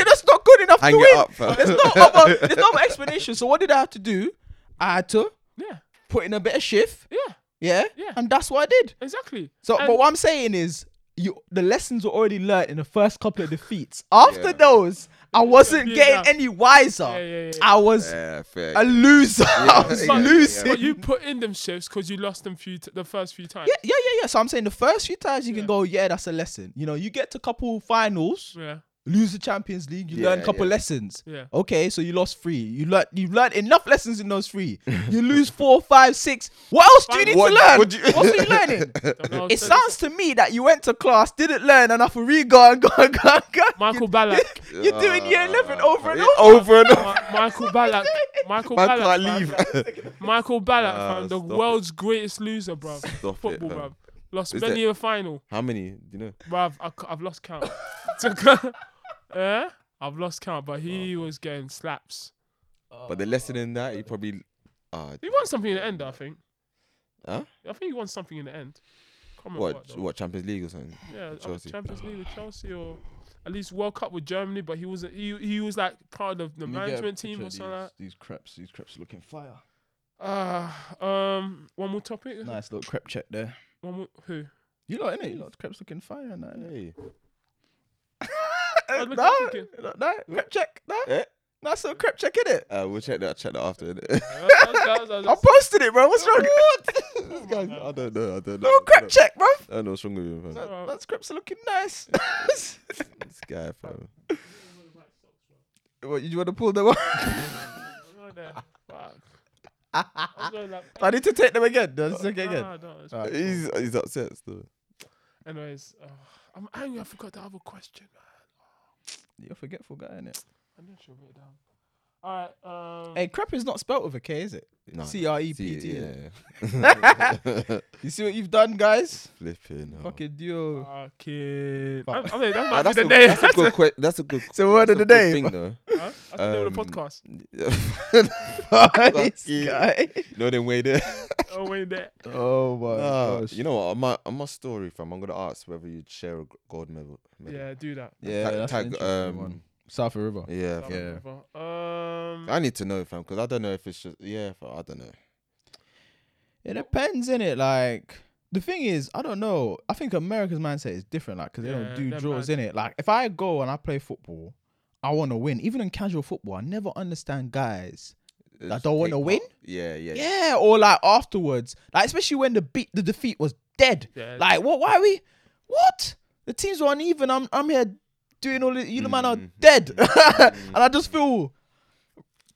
just not good enough
Hang
to
it
win.
up, fam.
there's no other there's no other explanation. So what did I have to do? I had to
Yeah,
put in a bit of shift,
yeah,
yeah,
Yeah.
and that's what I did.
exactly.
So,
And-
but what I'm saying is, you the lessons were already learned in the first couple of defeats. After those, I wasn't
Yeah,
getting
yeah.
any wiser.
Yeah, yeah, yeah.
I was
Yeah, fair.
a loser. I was
yeah, yeah, yeah.
losing. Yeah,
But you put in them shifts because you lost them few t- the first few times.
yeah, yeah, So I'm saying the first few times you can go, yeah, that's a lesson. You know, you get to couple finals,
Yeah.
lose the Champions League, you learn
Yeah,
couple
yeah.
lessons.
Yeah.
Okay, so you lost three. You learned you learned enough lessons in those three. You lose four, five, six. What else do you need
What-
to learn?
what do you-
what else are you learning?
Don't know,
It
so-
sounds to me that you went to class, didn't learn enough, and re go and go and go and go.
Michael Ballack.
You're doing year 11 over and
Ah, Yeah,
over.
Over and over.
Ma- Michael Ballack. Michael
Man
Ballack.
can't
fam.
leave.
Michael Ballack,
Nah,
fam, the
stop it.
world's greatest loser, bruv.
Stop it,
Football,
fam.
bruv. Lost
Is
many
it-
a final,
How many? Do you know?
bruv. I, c- I've lost count. To- yeah, I've lost count, but he was getting slaps.
But the lesson in that, he probably. Uh,
He won something in the end, I think.
Huh?
I think he won something in the end. Can't remember
what?
though.
What Champions League or something?
Yeah, either
Chelsea.
Champions League with Chelsea or at least World Cup with Germany, but he was he, he was like part of the management team or something. Like.
These creps, these creps are looking fire.
Uh, um, one more topic.
Nice little crep check there.
One more, who?
You lot, innit? You lot, creps looking fire. Nah, innit?
Hey.
Uh,
look,
nah,
look,
nah, nah, crep check. Nah,
Eh?
nice little crep check, innit?
Uh, we'll check that. Check that after. innit?
Uh, that was- that was- that
I
was-
posted it, bro. What's wrong?
this guy, I don't know. I don't know.
Oh,
I
crap
don't
check, bro.
know- I don't know what's wrong with him, fam.
Alright.
That script's looking nice.
This guy, fam.
what, you want to pull them up?
Right there. Fuck. I'm going like, ah,
I need to take them again. No, let's take it
nah,
again.
nah, nah, it's-
He's he's upset still.
Anyways, uh, I'm angry. I forgot the other question, man.
You're a forgetful guy, innit?
I didn't show it down. All right. Um,
Hey, crep is not spelt with a K, is it?
No.
C R E
See,
P T.
yeah.
You see what you've done, guys?
Flipping. hell.
Fucking duo.
Fucking.
Fuck.
I, I mean, that
Ah,
might be
that's,
the
a,
name.
that's a good que- That's a good.
It's a word
that's
of
a
the
good
day.
thing
bro.
though.
Huh? That's the name of the
Um,
podcast.
Fuck
This
you.
guy.
No, then wait there.
Oh, wait, there.
Oh my
Nah,
gosh.
you know what? On my on my story, fam, I'm gonna ask whether you'd share a g- gold medal. medal.
Yeah, do that.
yeah,
Tag-
that's
tag,
an interesting
um,
one. South of River.
yeah.
Done,
fam.
Yeah.
whatever. Um.
I need to know, fam, because I don't know if it's just yeah. Fam, I don't know.
It depends, innit? Like the thing is, I don't know. I think America's mindset is different, like because they
Yeah,
don't do
they're
draws,
mad.
innit? Like if I go and I play football, I want to win. Even in casual football, I never understand guys.
It's
Like, don't wanna
take
win?
part. Yeah, yeah.
Yeah, or like afterwards, like especially when the beat, the defeat was dead.
Yeah.
Like what? Why are we? What? The teams were uneven. I'm I'm here doing all. The, you know, man
Mm-hmm.
are dead, and I just feel
You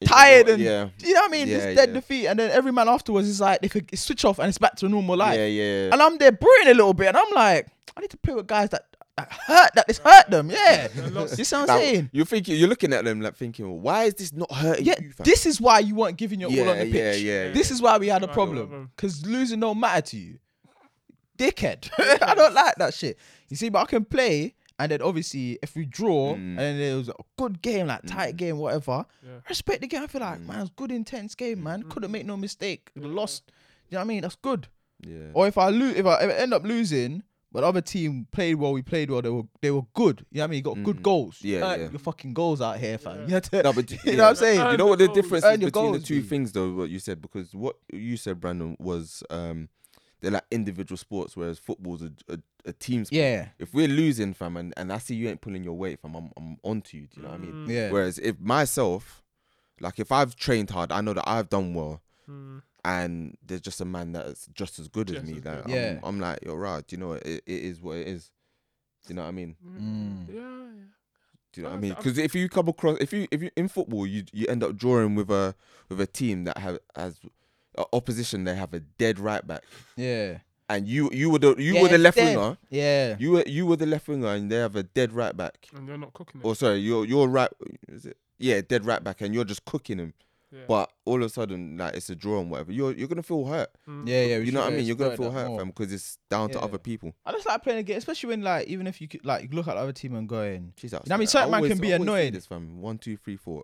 know
tired
what?
and
yeah.
you know what I mean.
Yeah,
This dead
yeah.
defeat, and then every man afterwards is like they could it's switch off and it's back to normal life.
yeah, yeah,
And I'm there brewing a little bit, and I'm like, I need to play with guys that, that hurt, that this hurt them. Yeah, you see what I'm
Like,
saying?
You're thinking, you're looking at them like thinking, why is this not hurting
Yeah,
you? Fam?
this is why you weren't giving your all on
yeah,
the pitch.
yeah, yeah,
This is why we had a
Right,
problem
right.
because losing don't matter to you, dickhead. I don't like that shit. You see, but I can play, and then obviously if we draw,
Mm.
and then it was a good game, like tight game, whatever.
Yeah.
Respect the game. I feel like
Mm.
man, it's good intense game, man. Couldn't make no mistake. Lost. You know what I mean? That's good.
yeah.
Or if I lose, if I if I end up losing, but the other team played well, we played well. They were they were good. You know what I mean? You got good goals. You
Mm. Yeah,
earned
yeah.
Your fucking goals out here, fam.
Yeah.
You, had to,
No, but d-
you
yeah.
know what I'm saying?
Uh,
you know what the
Earn your
difference
goals.
is
Earn your
between
goals,
the two
B.
things though what you said because what you said brandon was um they're like individual sports whereas football's a, a, a team sport
yeah,
if we're losing fam and, and i see you ain't pulling your weight fam i'm, I'm on to you do you know what
Mm.
i mean
yeah.
whereas if myself like if i've trained hard i know that i've done well
Mm,
and there's just a man that's just as good
Just
as me
as
like
good. Yeah.
I'm, I'm like you're right do you know what? it, it is what it is do you know what i mean
Mm.
Yeah, yeah.
do you know what I
That's-
mean?
I'm-
Because if you come across, if you if you in football, you you end up drawing with a with a team that have as uh, opposition. They have a dead right back,
yeah.
and you you were the you
Yeah,
were the
it's
left
dead.
winger.
Yeah.
You were you were the left winger, and they have a dead right back.
And you're not cooking it.
Or sorry, you're you're right. Is it? Yeah, dead right back, and you're just cooking him.
Yeah.
But all of a sudden, like it's a draw and whatever. You're you're gonna feel hurt.
Mm,
Yeah, Mm-hmm. yeah. we
you know
should
what I
have
mean? You're gonna
explored
feel
that
hurt,
more.
fam, because it's down to
Yeah.
other people.
I just like playing a game, especially when like even if you could like look at the other team and going,
Jeez,
You know what I mean? Certain man can
always-
be
I always say
annoyed.
This fam, one, two, three, four.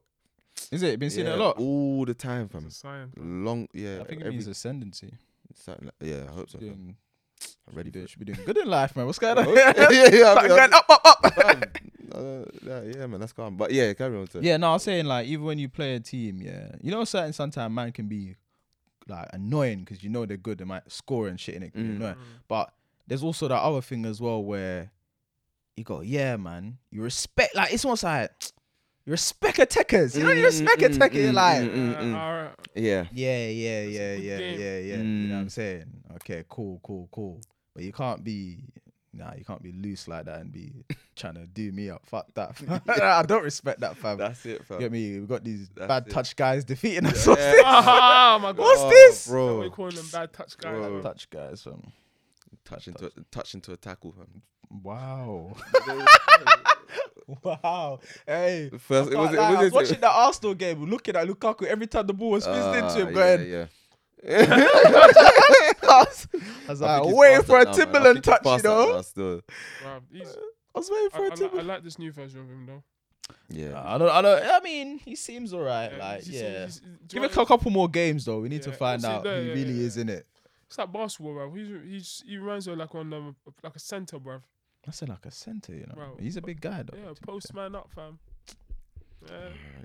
is it? Been seeing it
Yeah,
a lot.
all the time, fam.
It's a sign.
Long, yeah.
I think it
every
means ascendancy.
Something like, yeah, I hope so. fam.
Doing,
I'm ready
should
for
be
it.
doing good in life, man. What's going on?
yeah, yeah, yeah,
Like,
I'm-
going up, up, up.
I'm- uh, yeah, yeah, man, that's calm. But yeah, carry on. Sir.
Yeah, no, I was saying like even when you play a team, yeah, you know, certain sometimes man can be like annoying because you know they're good, they might score and shit, and it can be
Mm.
annoying. But there's also that other thing as well where you go, yeah, man, you respect like it's almost like you respect attackers. You know, you respect
Mm, mm,
attackers. You're
mm,
like,
mm, mm, mm.
all right.
Yeah,
yeah, yeah,
It's a
yeah,
good
yeah,
game.
yeah, yeah. You know what I'm
Mm.
saying? Okay, cool, cool, cool. But you can't be. Nah, you can't be loose like that and be trying to do me up. Fuck that. I don't respect that, fam.
that's it, fam.
You Get me? We've got these
That's
bad
it.
touch guys defeating us.
Yeah.
What's this?
Ah, my God.
What's
Oh,
this?
What we
bro?
call them bad touch guys.
Bro.
Touch guys, fam.
Touch into a, touch into a tackle, fam.
Wow. wow. Hey.
First, it was,
Like,
it
I
was,
was
it was
watching the Arsenal game, looking at Lukaku every time the ball was fizzed into him,
Ah, yeah,
going,
yeah.
I was, I was
I
like,
think it's
waiting
past
for a
that now, man. I
Timberland
think it's
touch, you
past that
know?
now still.
Bruv, he's-
I was waiting
I,
for a
I li- I
Timberland.
like this new version of him though.
Yeah,
I don't, I don't, I mean, he seems all right. like,
he's-
yeah.
he's- he's- do
Give
you
it
know-
a couple more games, though. We need to
Yeah,
find
we'll see
out
there,
who
yeah,
really
yeah,
is, in it.
It's like basketball, bruv. He's, he's, he runs her like on um, like a centre, bruv.
I said, like a centre, you know?
Bro,
He's a
but-
big guy, though.
Yeah, postman up, fam. Yeah.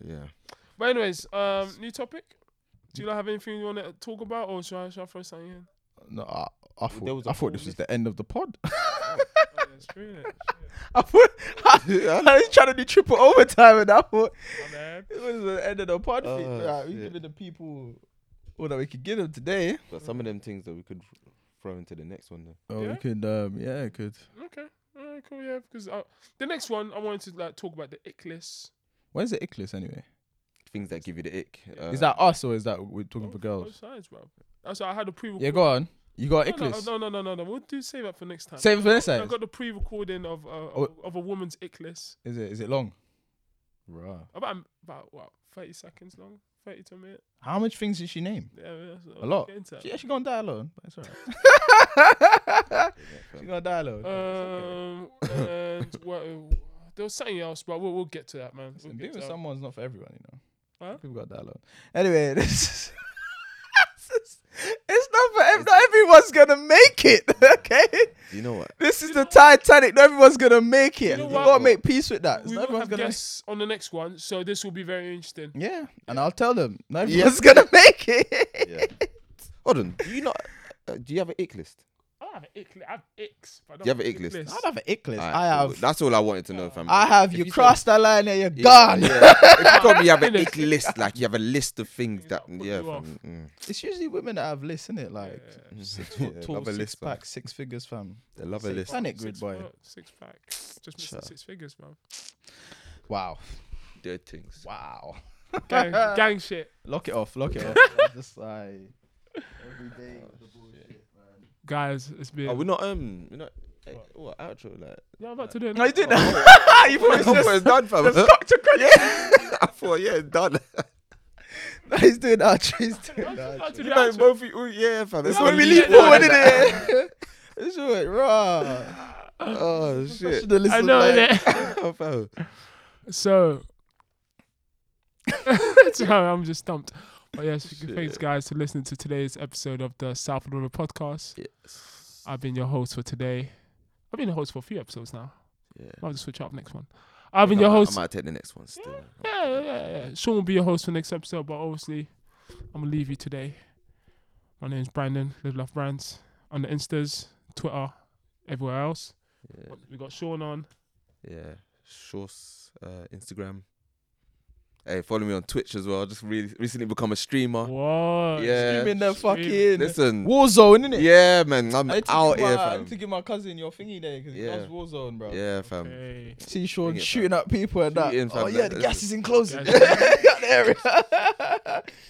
yeah.
But anyways, um, new topic. Do you like have anything you want to talk about, or should I, should I throw something in?
No, I, I
there
thought,
was
I
a
thought
whole
this was
list.
the end of the pod.
Oh, yeah, it's true, innit?
I thought I was trying to do triple overtime, and I thought
Shit, my bad.
it was the end of the pod. thing.
Oh,
Right, we
shit.
giving the people Well, that we could get him today.
But some of them things that we could throw into the next one. Though.
Oh,
Yeah.
we could. Um, yeah, could.
Okay. All right, cool. Yeah, because uh, the next one I wanted to like talk about the ick list.
Where's the ick list anyway?
Things that give you the ick. Uh,
is that us or is that we're talking for
Both- Oh, Both
girls?
sides, bro. That's why I had a pre.
Yeah, go on. You got ick
no,
list.
no, no, no, no, no. We'll do save that for next time.
Save it for this
I
side.
got the pre-recording of uh,
Oh.
of a woman's ick list.
Is it? Is it long? Right.
About about what thirty seconds long, thirty to a minute.
How much things did she name?
Yeah, yeah, so
A lot.
get into that.
She actually gonna die alone, but it's alright. She gonna die alone.
Um, and what, there was something else, but we'll, we'll get to that, man. We'll
Listen, being
get to
with
that.
someone's not for everyone, you know.
Huh?
People got that alone. Anyway, this is
It's not for ev- not everyone's gonna make it. Okay,
you know what?
this is the Titanic. Not everyone's gonna make it. You,
know what?
gotta make peace with that. It's
we
not
will
everyone's
have
gonna.
guests on the next one, so this will be very interesting.
yeah, and I'll tell them. No,
Make- everyone's gonna make it.
Yeah. Hold on. Do you not? Uh, do you have an ick list?
I don't have an ick. li- I have icks. But I don't
You have an ick list?
I don't have an ick list.
Alright,
I
cool.
have.
That's all I wanted to know, fam.
I have.
If
You
said-
crossed that line and you're
Yeah,
gone.
Yeah. if you told me you have an
Innit?
ick list, like you have a list of things that,
Put
yeah,
you off.
fam. Mm.
It's usually women that have lists, isn't it? Like six
Yeah,
foot tall,
love a
six
list, man.
pack, six figures, fam.
I love a
Six
list.
pack. Panic
six
grid boy.
foot, Six pack. Just missing
Sure.
six figures, man.
Wow,
Dead things.
wow.
Gang, gang shit.
Lock it off. Lock it off. man. Just like every day.
Guys, it's been.
Oh, we're not um, we're not. eh, What outro like?
yeah, I'm about to do it.
No, you did
Oh.
now.
that. you thought it was
It's
just
done, fam.
the doctor crunch.
I thought, yeah, it's done.
He's doing outro. He's
I
doing
was
outro.
about to do
No,
outro.
both, you- oh, yeah, fam.
That's
it's
when
on
we
you.
leap forward, innit?
It's doing raw.
Oh shit. Oh,
Should've
I
listened
know
back.
that.
Fam.
So, Sorry, I'm just stumped. But yes, thanks
Shit.
guys for listening to today's episode of the South London podcast.
Yes.
I've been your host for today. I've been the host for a few episodes now.
Yeah.
I'll just switch up next one. I've been your host.
I might take the next one still.
Yeah, yeah, yeah, yeah. Sean will be your host for next episode, but obviously, I'm gonna leave you today. My name's Brandon. Live Love Brands on the Instas, Twitter, everywhere else.
Yeah.
We got Sean on.
yeah. Shorts, uh, Instagram. Hey, follow me on Twitch as well. I just really recently become a streamer.
What?
Yeah.
Streaming the
Stream.
fucking
Listen.
Warzone, innit?
Yeah, man. I'm
I need to
out
give
here,
my, I need to
fam.
give my cousin your thingy there because
Yeah.
he loves Warzone, bro.
Yeah, fam.
Okay.
See Sean
Thing it, fam.
shooting up people and that.
Shooting, fam,
oh yeah,
that-
the
that's
gas is in closing.
Gas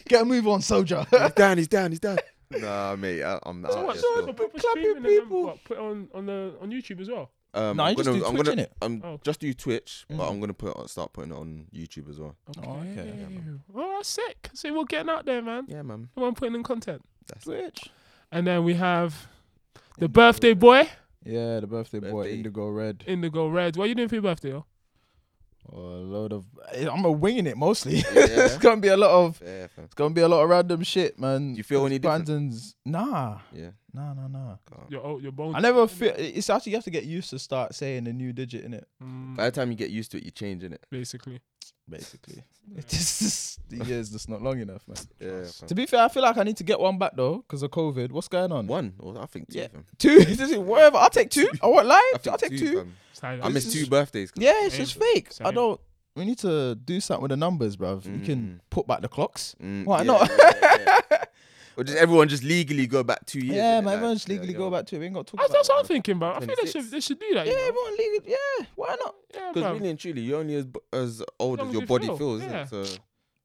Get a move on, soldier.
He's down. He's down. He's down. nah, mate. I, I'm
Ah,
not.
So
out
what?
here
So
still.
the proper
Clap your
streaming and then
people.
what, put it on on the on YouTube as well.
Um,
Nah,
I'm
you just
gonna,
do
I'm
Twitch,
gonna,
innit?
I'm
Oh.
just do Twitch, but
Mm.
I'm gonna put on, start putting it on YouTube as well.
Okay.
Oh, okay.
Oh, that's sick. So we're getting out there,
Mm-hmm.
man.
Yeah, man.
We're putting in content.
That's
Switch.
And then we have the birthday boy,
Yeah, the birthday, boy,
Birthday.
Indigo Red.
Indigo Red. What are you doing for your birthday, yo?
Oh, a load of. eh, I'm a winging it mostly. it's
Yeah.
gonna be a lot of.
Yeah, fam.
It's gonna be a lot of random shit, man.
You feel any different?
Brandon's nah,
Yeah.
nah, nah, nah.
Your oh, your bones.
I never feel. It's actually you have to get used to start saying a new digit in it.
Mm,
By the time you get used to it, you change in it.
basically.
Basically, it's just, the year's just not long enough, man.
Yeah.
To be fair, I feel like I need to get one back though, because of COVID. What's going on?
One, or I think two.
Yeah.
Fam.
Two? This is whatever. I'll take two. I won't lie.
I
I'll take two.
fam.
It's like-
I missed
is-
two birthdays. 'cause-
Yeah, it's
Same.
just fake. I
Same.
don't. We need to do something with the numbers, bruv. We
Mm.
can put back the clocks.
Mm,
Why
yeah,
not?
yeah, yeah, yeah. or just everyone just legally go back two years?
Yeah,
innit?
man.
Like,
Everyone just
yeah,
legally
yeah.
go back to it. We ain't got to talk
That's,
about
that's
it.
what I'm thinking, bro. I think they should
26.
they should do that.
Yeah,
you know?
everyone legally. Yeah, why not?
yeah,
Because
bro.
really and truly, you're only as, b- as old
Young
as
as
your
you
body
feel,
feels. innit?
yeah.
So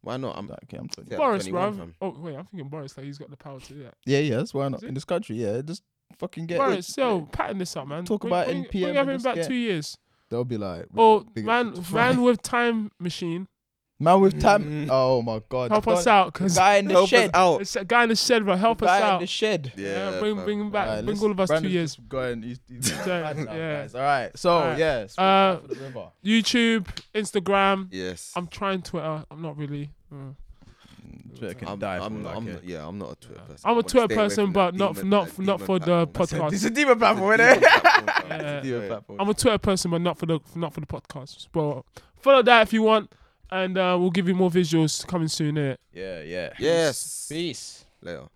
why not? I'm,
Okay, I'm 20.
yeah,
Boris,
21,
bro.
fam.
Oh wait, I'm thinking Boris. Like he's got the power to do that.
Yeah, yes. Why not?
it?
In this country, yeah. Just fucking get.
Boris, so pattern this up, man.
Talk
Bring-
about
bring,
NPM
Bring
and
everything
just
back
get-
two years.
They'll be like,
Oh,
big-
man, man with time machine,
man with time.
Mm.
Oh my god.
help us
Don't-
out, cause
Guy in the
Help us
shed.
out.
it's a guy in the shed, bro. Help us
Guy in
out.
the shed.
Yeah,
Yeah,
bring
fam.
bring him back,
Alright,
bring
listen,
all of us
Brandon's
two years.
just Going, he's, he's
Yeah,
mad now,
yeah.
guys. All right. So
Alright.
yeah, it's
Uh,
for the river.
YouTube, Instagram.
Yes.
I'm trying Twitter. I'm not really. mm.
Twitter can
I'm,
die for
I'm,
all I
I'm
care.
not, yeah, I'm not a Twitter person. I
I'm a
wanna
Twitter
stay away
person,
from
but
that
not
demon-
not
that
not
demon
for the
platform. That's
podcast.
It's a demon platform,
a
innit?
demon platform, fam.
Yeah.
It's a demon platform.
I'm a Twitter person, but not for the not for the podcast. But follow that if you want, and uh, we'll give you more visuals coming soon. Innit?
Yeah, yeah.
Yes.
Peace.
Later.